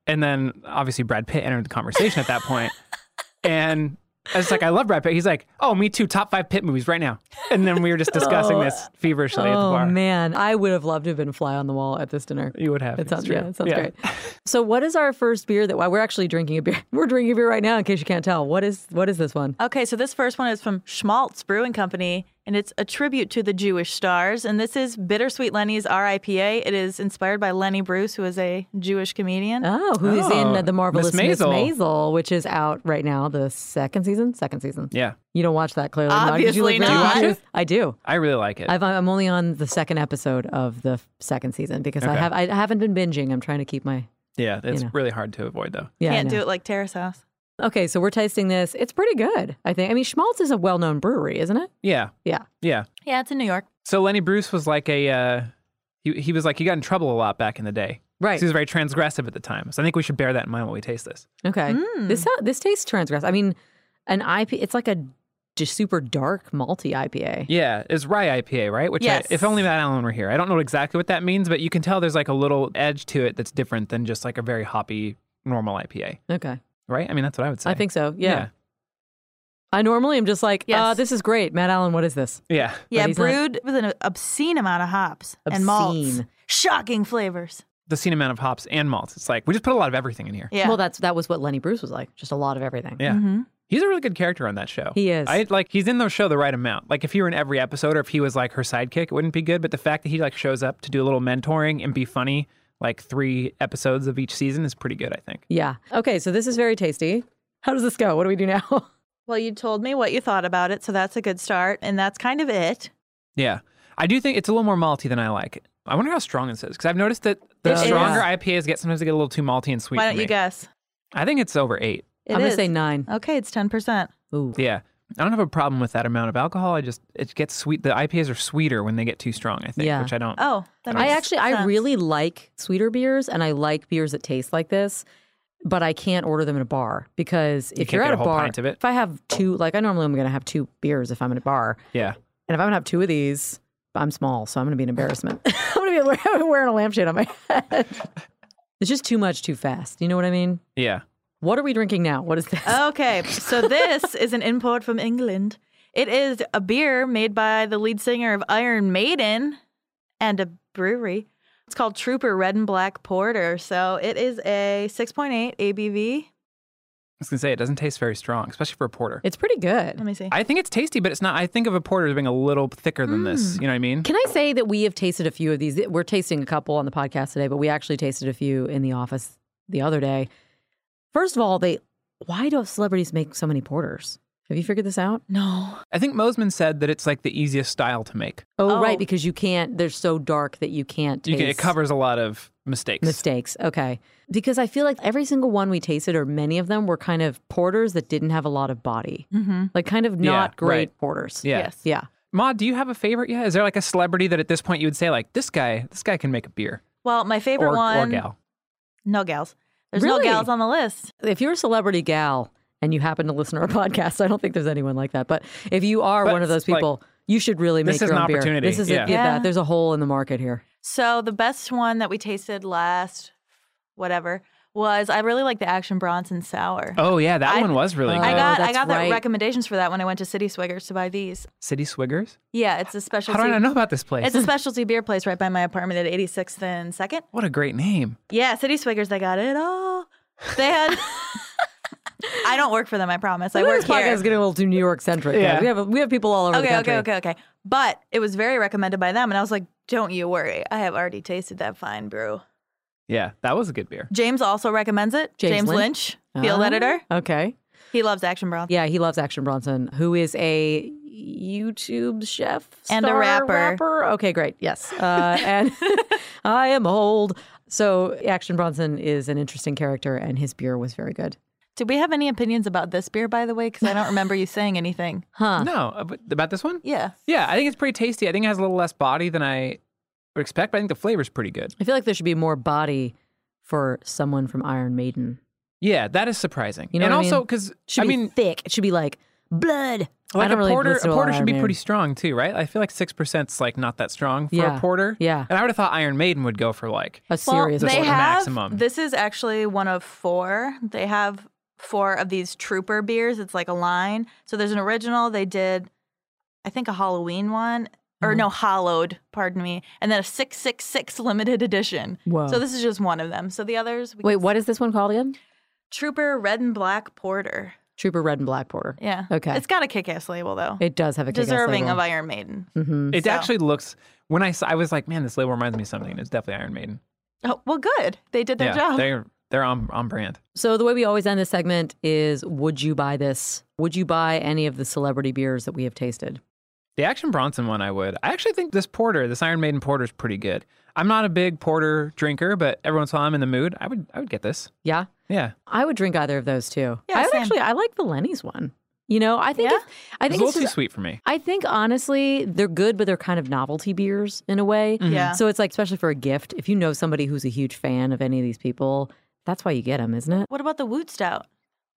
[SPEAKER 3] and then obviously Brad Pitt entered the conversation at that point. And I was like, I love Brad Pitt. He's like, oh, me too. Top five Pitt movies right now. And then we
[SPEAKER 1] (laughs)
[SPEAKER 3] were just discussing this feverishly at the
[SPEAKER 1] Oh
[SPEAKER 3] bar.
[SPEAKER 1] man, I would have loved to have been fly on the wall at this dinner.
[SPEAKER 3] You would have.
[SPEAKER 1] It
[SPEAKER 3] It's
[SPEAKER 1] sounds
[SPEAKER 3] true.
[SPEAKER 1] yeah, it sounds great. So what is our first beer that well, we're actually drinking a beer? (laughs) We're drinking a beer right now in case you can't tell. What is what is this one?
[SPEAKER 7] Okay, so this first one is from Schmaltz Brewing Company, and it's a tribute to the Jewish stars. And this is Bittersweet Lenny's RIPA. It is inspired by Lenny Bruce, who is a Jewish comedian.
[SPEAKER 1] Oh, who is
[SPEAKER 3] Oh,
[SPEAKER 1] in the marvelous Miss
[SPEAKER 3] Miss Maisel.
[SPEAKER 1] Maisel. which is out right now, the second season. Second season.
[SPEAKER 3] Yeah.
[SPEAKER 1] You don't watch that clearly. Maude. Did you really
[SPEAKER 7] Obviously not.
[SPEAKER 1] watch
[SPEAKER 7] Do you
[SPEAKER 1] it? I do.
[SPEAKER 3] I really like it.
[SPEAKER 1] I've, I'm only on the second episode of the f- second season because I
[SPEAKER 3] Okay.
[SPEAKER 1] have I haven't been binging. I'm trying to keep my
[SPEAKER 3] yeah. It's
[SPEAKER 1] know.
[SPEAKER 3] really hard to avoid, though.
[SPEAKER 1] yeah. I
[SPEAKER 7] Can't do
[SPEAKER 1] know.
[SPEAKER 7] it like Terrace House.
[SPEAKER 1] Okay, so we're tasting this. It's pretty good, I think. I mean, Schmaltz is a well-known brewery, isn't it?
[SPEAKER 3] Yeah.
[SPEAKER 1] Yeah.
[SPEAKER 3] Yeah.
[SPEAKER 7] Yeah, it's in New York.
[SPEAKER 3] So Lenny Bruce was like a uh, he he was like he got in trouble a lot back in the day.
[SPEAKER 1] Right.
[SPEAKER 3] He was very transgressive at the time. So I think we should bear that in mind when we taste this.
[SPEAKER 1] Okay.
[SPEAKER 7] Hmm.
[SPEAKER 1] This sou- this tastes transgress. I mean, an IP. It's like a just super dark malty IPA.
[SPEAKER 3] Yeah, it's rye IPA, right? Which I-
[SPEAKER 7] Yes.
[SPEAKER 3] if only Matt Allen were here. I don't know exactly what that means, but you can tell there's like a little edge to it that's different than just like a very hoppy normal IPA,
[SPEAKER 1] Okay.
[SPEAKER 3] right? I mean, that's what I would say.
[SPEAKER 1] I think so. Yeah. I normally am just like, uh,
[SPEAKER 7] Yes.
[SPEAKER 1] this is great, Matt Allen. What is this?
[SPEAKER 3] Yeah.
[SPEAKER 7] Yeah,
[SPEAKER 1] he's not-
[SPEAKER 7] brewed with an obscene amount of hops and malts.
[SPEAKER 1] Obscene.
[SPEAKER 7] shocking flavors.
[SPEAKER 3] The same amount of hops and malts. It's like we just put a lot of everything in here.
[SPEAKER 7] Yeah.
[SPEAKER 1] Well, that's that was what Lenny Bruce was like. Just a lot of everything.
[SPEAKER 3] Yeah.
[SPEAKER 7] Mm-hmm.
[SPEAKER 3] He's a really good character on that show.
[SPEAKER 1] He is.
[SPEAKER 3] I like he's in the show the right amount. Like if he were in every episode or if he was like her sidekick, it wouldn't be good. But the fact that he like shows up to do a little mentoring and be funny, like three episodes of each season is pretty good, I think.
[SPEAKER 1] Yeah. Okay, so this is very tasty. How does this go? What do we do now?
[SPEAKER 7] well, you told me what you thought about it, so that's a good start. And that's kind of it.
[SPEAKER 3] Yeah. I do think it's a little more malty than I like. I wonder how strong this is. Because I've noticed that the
[SPEAKER 7] It is.
[SPEAKER 3] stronger IPAs get sometimes they get a little too malty and sweet.
[SPEAKER 7] Why
[SPEAKER 3] for
[SPEAKER 7] don't you
[SPEAKER 3] me.
[SPEAKER 7] guess?
[SPEAKER 3] I think it's over eight.
[SPEAKER 1] (laughs)
[SPEAKER 7] It
[SPEAKER 1] I'm gonna
[SPEAKER 7] is.
[SPEAKER 1] say nine.
[SPEAKER 7] Okay, it's 10%.
[SPEAKER 1] Ooh.
[SPEAKER 3] Yeah. I don't have a problem with that amount of alcohol. I just it gets sweet the IPAs are sweeter when they get too strong, I think.
[SPEAKER 1] Yeah.
[SPEAKER 3] Which I don't
[SPEAKER 7] Oh, that
[SPEAKER 1] I
[SPEAKER 7] makes
[SPEAKER 1] actually I
[SPEAKER 7] sense.
[SPEAKER 1] really like sweeter beers and I like beers that taste like this, but I can't order them in a bar because if
[SPEAKER 3] can't
[SPEAKER 1] are
[SPEAKER 3] get
[SPEAKER 1] at
[SPEAKER 3] a
[SPEAKER 1] a,
[SPEAKER 3] whole
[SPEAKER 1] bar,
[SPEAKER 3] pint of it?
[SPEAKER 1] if I have two, like I normally am going to have two beers if I'm in a bar,
[SPEAKER 3] Yeah.
[SPEAKER 1] and if I'm going to have two of these, I'm small, so I'm going to be an embarrassment. (laughs) I'm going to be wearing- I'm wearing a lampshade on my head. (laughs) it's just too much, too fast. You know what I mean?
[SPEAKER 3] Yeah.
[SPEAKER 1] What are we drinking now? What is this?
[SPEAKER 7] Okay, so this is an import from England. It is a beer made by the lead singer of Iron Maiden and a brewery. It's called Trooper Red and Black Porter. So it is a 6.8 ABV.
[SPEAKER 3] I was gonna say it doesn't taste very strong, especially for a porter.
[SPEAKER 1] It's pretty good.
[SPEAKER 7] Let me see.
[SPEAKER 3] I think it's tasty, but it's not. I think of a porter as being a little thicker than this.
[SPEAKER 7] Mm.
[SPEAKER 3] You know what I mean?
[SPEAKER 1] Can I say that we have tasted a few of these? We're tasting a couple on the podcast today, but we actually tasted a few in the office the other day. First of all, they why do celebrities make so many porters? Have you figured this out?
[SPEAKER 7] no.
[SPEAKER 3] I think Mosman said that it's like the easiest style to make.
[SPEAKER 1] Oh,
[SPEAKER 7] Oh.
[SPEAKER 1] right, because you can't. They're so dark that you can't.
[SPEAKER 3] You
[SPEAKER 1] Taste
[SPEAKER 3] can, it covers a lot of mistakes.
[SPEAKER 1] mistakes. Okay, because I feel like every single one we tasted, or many of them, were kind of porters that didn't have a lot of body,
[SPEAKER 7] Mm-hmm.
[SPEAKER 1] like kind of
[SPEAKER 3] Yeah,
[SPEAKER 1] not great
[SPEAKER 3] right.
[SPEAKER 1] porters.
[SPEAKER 3] Yeah.
[SPEAKER 7] Yes.
[SPEAKER 1] yeah.
[SPEAKER 3] Ma, do you have a favorite yet? Is there like a celebrity that at this point you would say like this guy, this guy can make a beer
[SPEAKER 7] Well, my favorite
[SPEAKER 3] or,
[SPEAKER 7] one.
[SPEAKER 3] or gal?
[SPEAKER 7] No gals. There's
[SPEAKER 1] Really?
[SPEAKER 7] no gals on the list.
[SPEAKER 1] if you're a celebrity gal and you happen to listen to our (laughs) podcast, I don't think there's anyone like that. But if you are
[SPEAKER 3] But
[SPEAKER 1] one of those
[SPEAKER 3] it's like-
[SPEAKER 1] people, you should really
[SPEAKER 3] This
[SPEAKER 1] make
[SPEAKER 3] is
[SPEAKER 1] your
[SPEAKER 3] an
[SPEAKER 1] own beer.
[SPEAKER 3] opportunity,
[SPEAKER 1] This is
[SPEAKER 3] yeah.
[SPEAKER 1] a, yeah.
[SPEAKER 7] Yeah.
[SPEAKER 1] that- there's a hole in the market here.
[SPEAKER 7] So the best one that we tasted last, whatever, was I really like the Action Bronson Sour.
[SPEAKER 3] Oh yeah, that
[SPEAKER 7] I-
[SPEAKER 3] one was really
[SPEAKER 1] I
[SPEAKER 3] good.
[SPEAKER 7] I got I
[SPEAKER 1] that's
[SPEAKER 7] got
[SPEAKER 1] right.
[SPEAKER 7] the recommendations for that when I went to City Swiggers to buy these.
[SPEAKER 3] City Swiggers.
[SPEAKER 7] Yeah, it's a specialty.
[SPEAKER 3] How do I not know about this place?
[SPEAKER 1] (laughs)
[SPEAKER 7] It's a specialty beer place right by my apartment at 86th and 2nd.
[SPEAKER 3] what a great name.
[SPEAKER 7] Yeah, City Swiggers, they got it all.
[SPEAKER 1] (laughs)
[SPEAKER 7] They had. I don't work for them, I promise. I
[SPEAKER 1] Maybe
[SPEAKER 7] work
[SPEAKER 1] this podcast
[SPEAKER 7] here.
[SPEAKER 1] is getting a little too New York centric.
[SPEAKER 3] Yeah.
[SPEAKER 1] guys. We have we have people all over the
[SPEAKER 7] okay,
[SPEAKER 1] country.
[SPEAKER 7] okay, okay, okay. But it was very recommended by them, and I was like, don't you worry. I have already tasted that fine brew.
[SPEAKER 3] Yeah, that was a good beer.
[SPEAKER 7] James also recommends it.
[SPEAKER 1] James
[SPEAKER 7] Lynch,
[SPEAKER 1] Lynch?
[SPEAKER 7] field
[SPEAKER 1] Ah.
[SPEAKER 7] editor.
[SPEAKER 1] Okay.
[SPEAKER 7] He loves Action Brown.
[SPEAKER 1] Yeah, he loves Action Bronson, who is a YouTube chef
[SPEAKER 7] And a
[SPEAKER 1] star
[SPEAKER 7] rapper.
[SPEAKER 1] Okay, great. Yes. Uh, and (laughs) I am old. So Action Bronson is an interesting character, and his beer was very good.
[SPEAKER 7] Did we have any opinions about this beer, by the way? Because I don't remember you saying anything.
[SPEAKER 1] Huh.
[SPEAKER 3] No, ab- about this one?
[SPEAKER 7] Yeah.
[SPEAKER 3] Yeah, I think it's pretty tasty. I think it has a little less body than I would expect, but I think the flavor's pretty good.
[SPEAKER 1] I feel like there should be more body for someone from Iron Maiden.
[SPEAKER 3] Yeah, that is surprising.
[SPEAKER 1] You know
[SPEAKER 3] and
[SPEAKER 1] what I
[SPEAKER 3] also
[SPEAKER 1] mean?
[SPEAKER 3] because
[SPEAKER 1] It should
[SPEAKER 3] I
[SPEAKER 1] be
[SPEAKER 3] mean,
[SPEAKER 1] thick. It should be like blood. I
[SPEAKER 3] like a
[SPEAKER 1] don't really
[SPEAKER 3] porter,
[SPEAKER 1] listen to
[SPEAKER 3] a
[SPEAKER 1] lot
[SPEAKER 3] porter
[SPEAKER 1] of
[SPEAKER 3] should
[SPEAKER 1] Iron
[SPEAKER 3] be
[SPEAKER 1] Maiden.
[SPEAKER 3] pretty strong too, right? I feel like six percent's like not that strong for
[SPEAKER 1] Yeah.
[SPEAKER 3] a porter.
[SPEAKER 1] Yeah.
[SPEAKER 3] and I would have thought Iron Maiden would go for like
[SPEAKER 1] A serious
[SPEAKER 7] Well, they
[SPEAKER 1] one.
[SPEAKER 3] order
[SPEAKER 7] have,
[SPEAKER 3] maximum.
[SPEAKER 7] This is actually one of four. They have four of these trooper beers. It's like a line. So there's an original. They did, I think, a Halloween one. Or
[SPEAKER 1] Mm-hmm.
[SPEAKER 7] no, hollowed, pardon me, and then a six six six limited edition.
[SPEAKER 1] Whoa.
[SPEAKER 7] So this is just one of them. So the others, we
[SPEAKER 1] Wait,
[SPEAKER 7] can-
[SPEAKER 1] what is this one called again?
[SPEAKER 7] Trooper Red and Black Porter.
[SPEAKER 1] Trooper Red and Black Porter.
[SPEAKER 7] Yeah,
[SPEAKER 1] Okay.
[SPEAKER 7] It's got a kick ass label though.
[SPEAKER 1] It does have a kick-ass
[SPEAKER 7] Deserving
[SPEAKER 1] label.
[SPEAKER 7] of Iron Maiden.
[SPEAKER 1] Mhm.
[SPEAKER 3] It
[SPEAKER 7] So-
[SPEAKER 3] actually looks when I saw, I was like, man, this label reminds me of something. and It's definitely Iron Maiden.
[SPEAKER 7] Oh well, good. They did their
[SPEAKER 3] yeah,
[SPEAKER 7] job.
[SPEAKER 3] they're they're on on brand.
[SPEAKER 1] So the way we always end this segment is: Would you buy this? Would you buy any of the celebrity beers that we have tasted?
[SPEAKER 3] The Action Bronson one, I would. I actually think this porter, this Iron Maiden porter, is pretty good. I'm not a big porter drinker, but every once in a while I'm in the mood. I would I would get this.
[SPEAKER 1] Yeah,
[SPEAKER 3] Yeah,
[SPEAKER 1] I would drink either of those two.
[SPEAKER 7] Yeah,
[SPEAKER 1] I would
[SPEAKER 7] same.
[SPEAKER 1] actually. I like the Lenny's one. You know, I think.
[SPEAKER 7] Yeah?
[SPEAKER 1] If, I
[SPEAKER 3] it's a
[SPEAKER 1] think
[SPEAKER 3] little
[SPEAKER 1] it's
[SPEAKER 3] too
[SPEAKER 1] just,
[SPEAKER 3] sweet for me.
[SPEAKER 1] I think honestly, they're good, but they're kind of novelty beers in a way.
[SPEAKER 7] Mm. Yeah.
[SPEAKER 1] So it's like, especially for a gift, if you know somebody who's a huge fan of any of these people, that's why you get them, isn't it?
[SPEAKER 7] What about the Woot Stout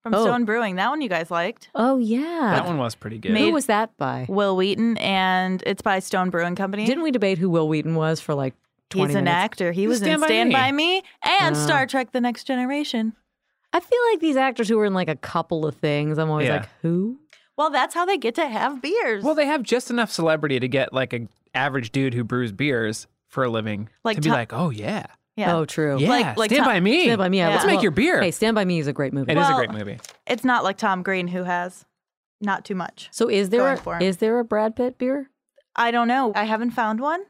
[SPEAKER 7] from
[SPEAKER 1] Oh.
[SPEAKER 7] Stone Brewing? That one you guys liked.
[SPEAKER 1] Oh yeah,
[SPEAKER 3] That one was pretty good.
[SPEAKER 1] Who
[SPEAKER 7] Made-
[SPEAKER 1] was that by?
[SPEAKER 7] Will Wheaton, and it's by Stone Brewing Company.
[SPEAKER 1] Didn't we debate who Will Wheaton was for like
[SPEAKER 7] He's
[SPEAKER 1] twenty
[SPEAKER 7] an
[SPEAKER 1] minutes?
[SPEAKER 7] actor. He was in
[SPEAKER 3] Stand by
[SPEAKER 7] Stand
[SPEAKER 3] Me. Uh.
[SPEAKER 7] By Me and
[SPEAKER 1] Oh.
[SPEAKER 7] Star Trek The Next Generation.
[SPEAKER 1] I feel like these actors who were in like a couple of things, I'm always
[SPEAKER 3] Yeah.
[SPEAKER 1] like, who?
[SPEAKER 7] Well, that's how they get to have beers.
[SPEAKER 3] Well, they have just enough celebrity to get like an average dude who brews beers for a living
[SPEAKER 7] Like
[SPEAKER 3] to be
[SPEAKER 7] Tom-
[SPEAKER 3] like, oh yeah,
[SPEAKER 7] Yeah.
[SPEAKER 1] Oh, true.
[SPEAKER 3] yeah,
[SPEAKER 7] Like- like
[SPEAKER 3] Stand
[SPEAKER 7] Tom-
[SPEAKER 3] by me.
[SPEAKER 1] Stand by me. I
[SPEAKER 7] Yeah.
[SPEAKER 1] love-
[SPEAKER 7] Let's
[SPEAKER 3] make
[SPEAKER 1] well,
[SPEAKER 3] your beer.
[SPEAKER 1] Hey, Stand by Me is a great movie.
[SPEAKER 3] It is
[SPEAKER 7] Well-
[SPEAKER 3] a great movie.
[SPEAKER 7] It's not like Tom Green who has not too much.
[SPEAKER 1] so is there
[SPEAKER 7] Going
[SPEAKER 1] a,
[SPEAKER 7] for it.
[SPEAKER 1] is there a Brad Pitt beer?
[SPEAKER 7] I don't know. I haven't found one.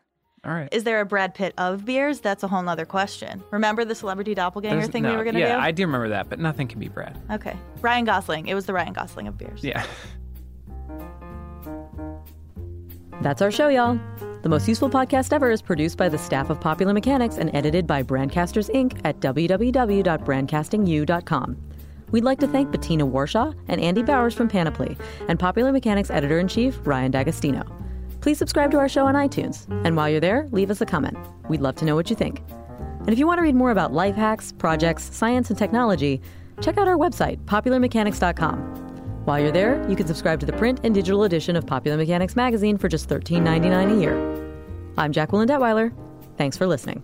[SPEAKER 3] All right.
[SPEAKER 7] Is there a Brad Pitt of beers? That's a whole nother question. Remember the celebrity doppelganger
[SPEAKER 3] There's-
[SPEAKER 7] thing we
[SPEAKER 3] no,
[SPEAKER 7] were gonna
[SPEAKER 3] yeah, I
[SPEAKER 7] do?
[SPEAKER 3] do remember that, but nothing can be Brad.
[SPEAKER 7] okay. Ryan Gosling. It was the Ryan Gosling of beers.
[SPEAKER 3] Yeah.
[SPEAKER 1] That's our show, y'all. The Most Useful Podcast Ever is produced by the staff of Popular Mechanics and edited by Brandcasters Inc. at www.brandcastingu.com. We'd like to thank Bettina Warshaw and Andy Bowers from Panoply and Popular Mechanics editor in chief Ryan D'Agostino. Please subscribe to our show on iTunes, and while you're there, leave us a comment. We'd love to know what you think. And if you want to read more about life hacks, projects, science, and technology, check out our website, popularmechanics.com. While you're there, you can subscribe to the print and digital edition of Popular Mechanics magazine for just $13.99 a year. I'm Jacqueline Detweiler. Thanks for listening.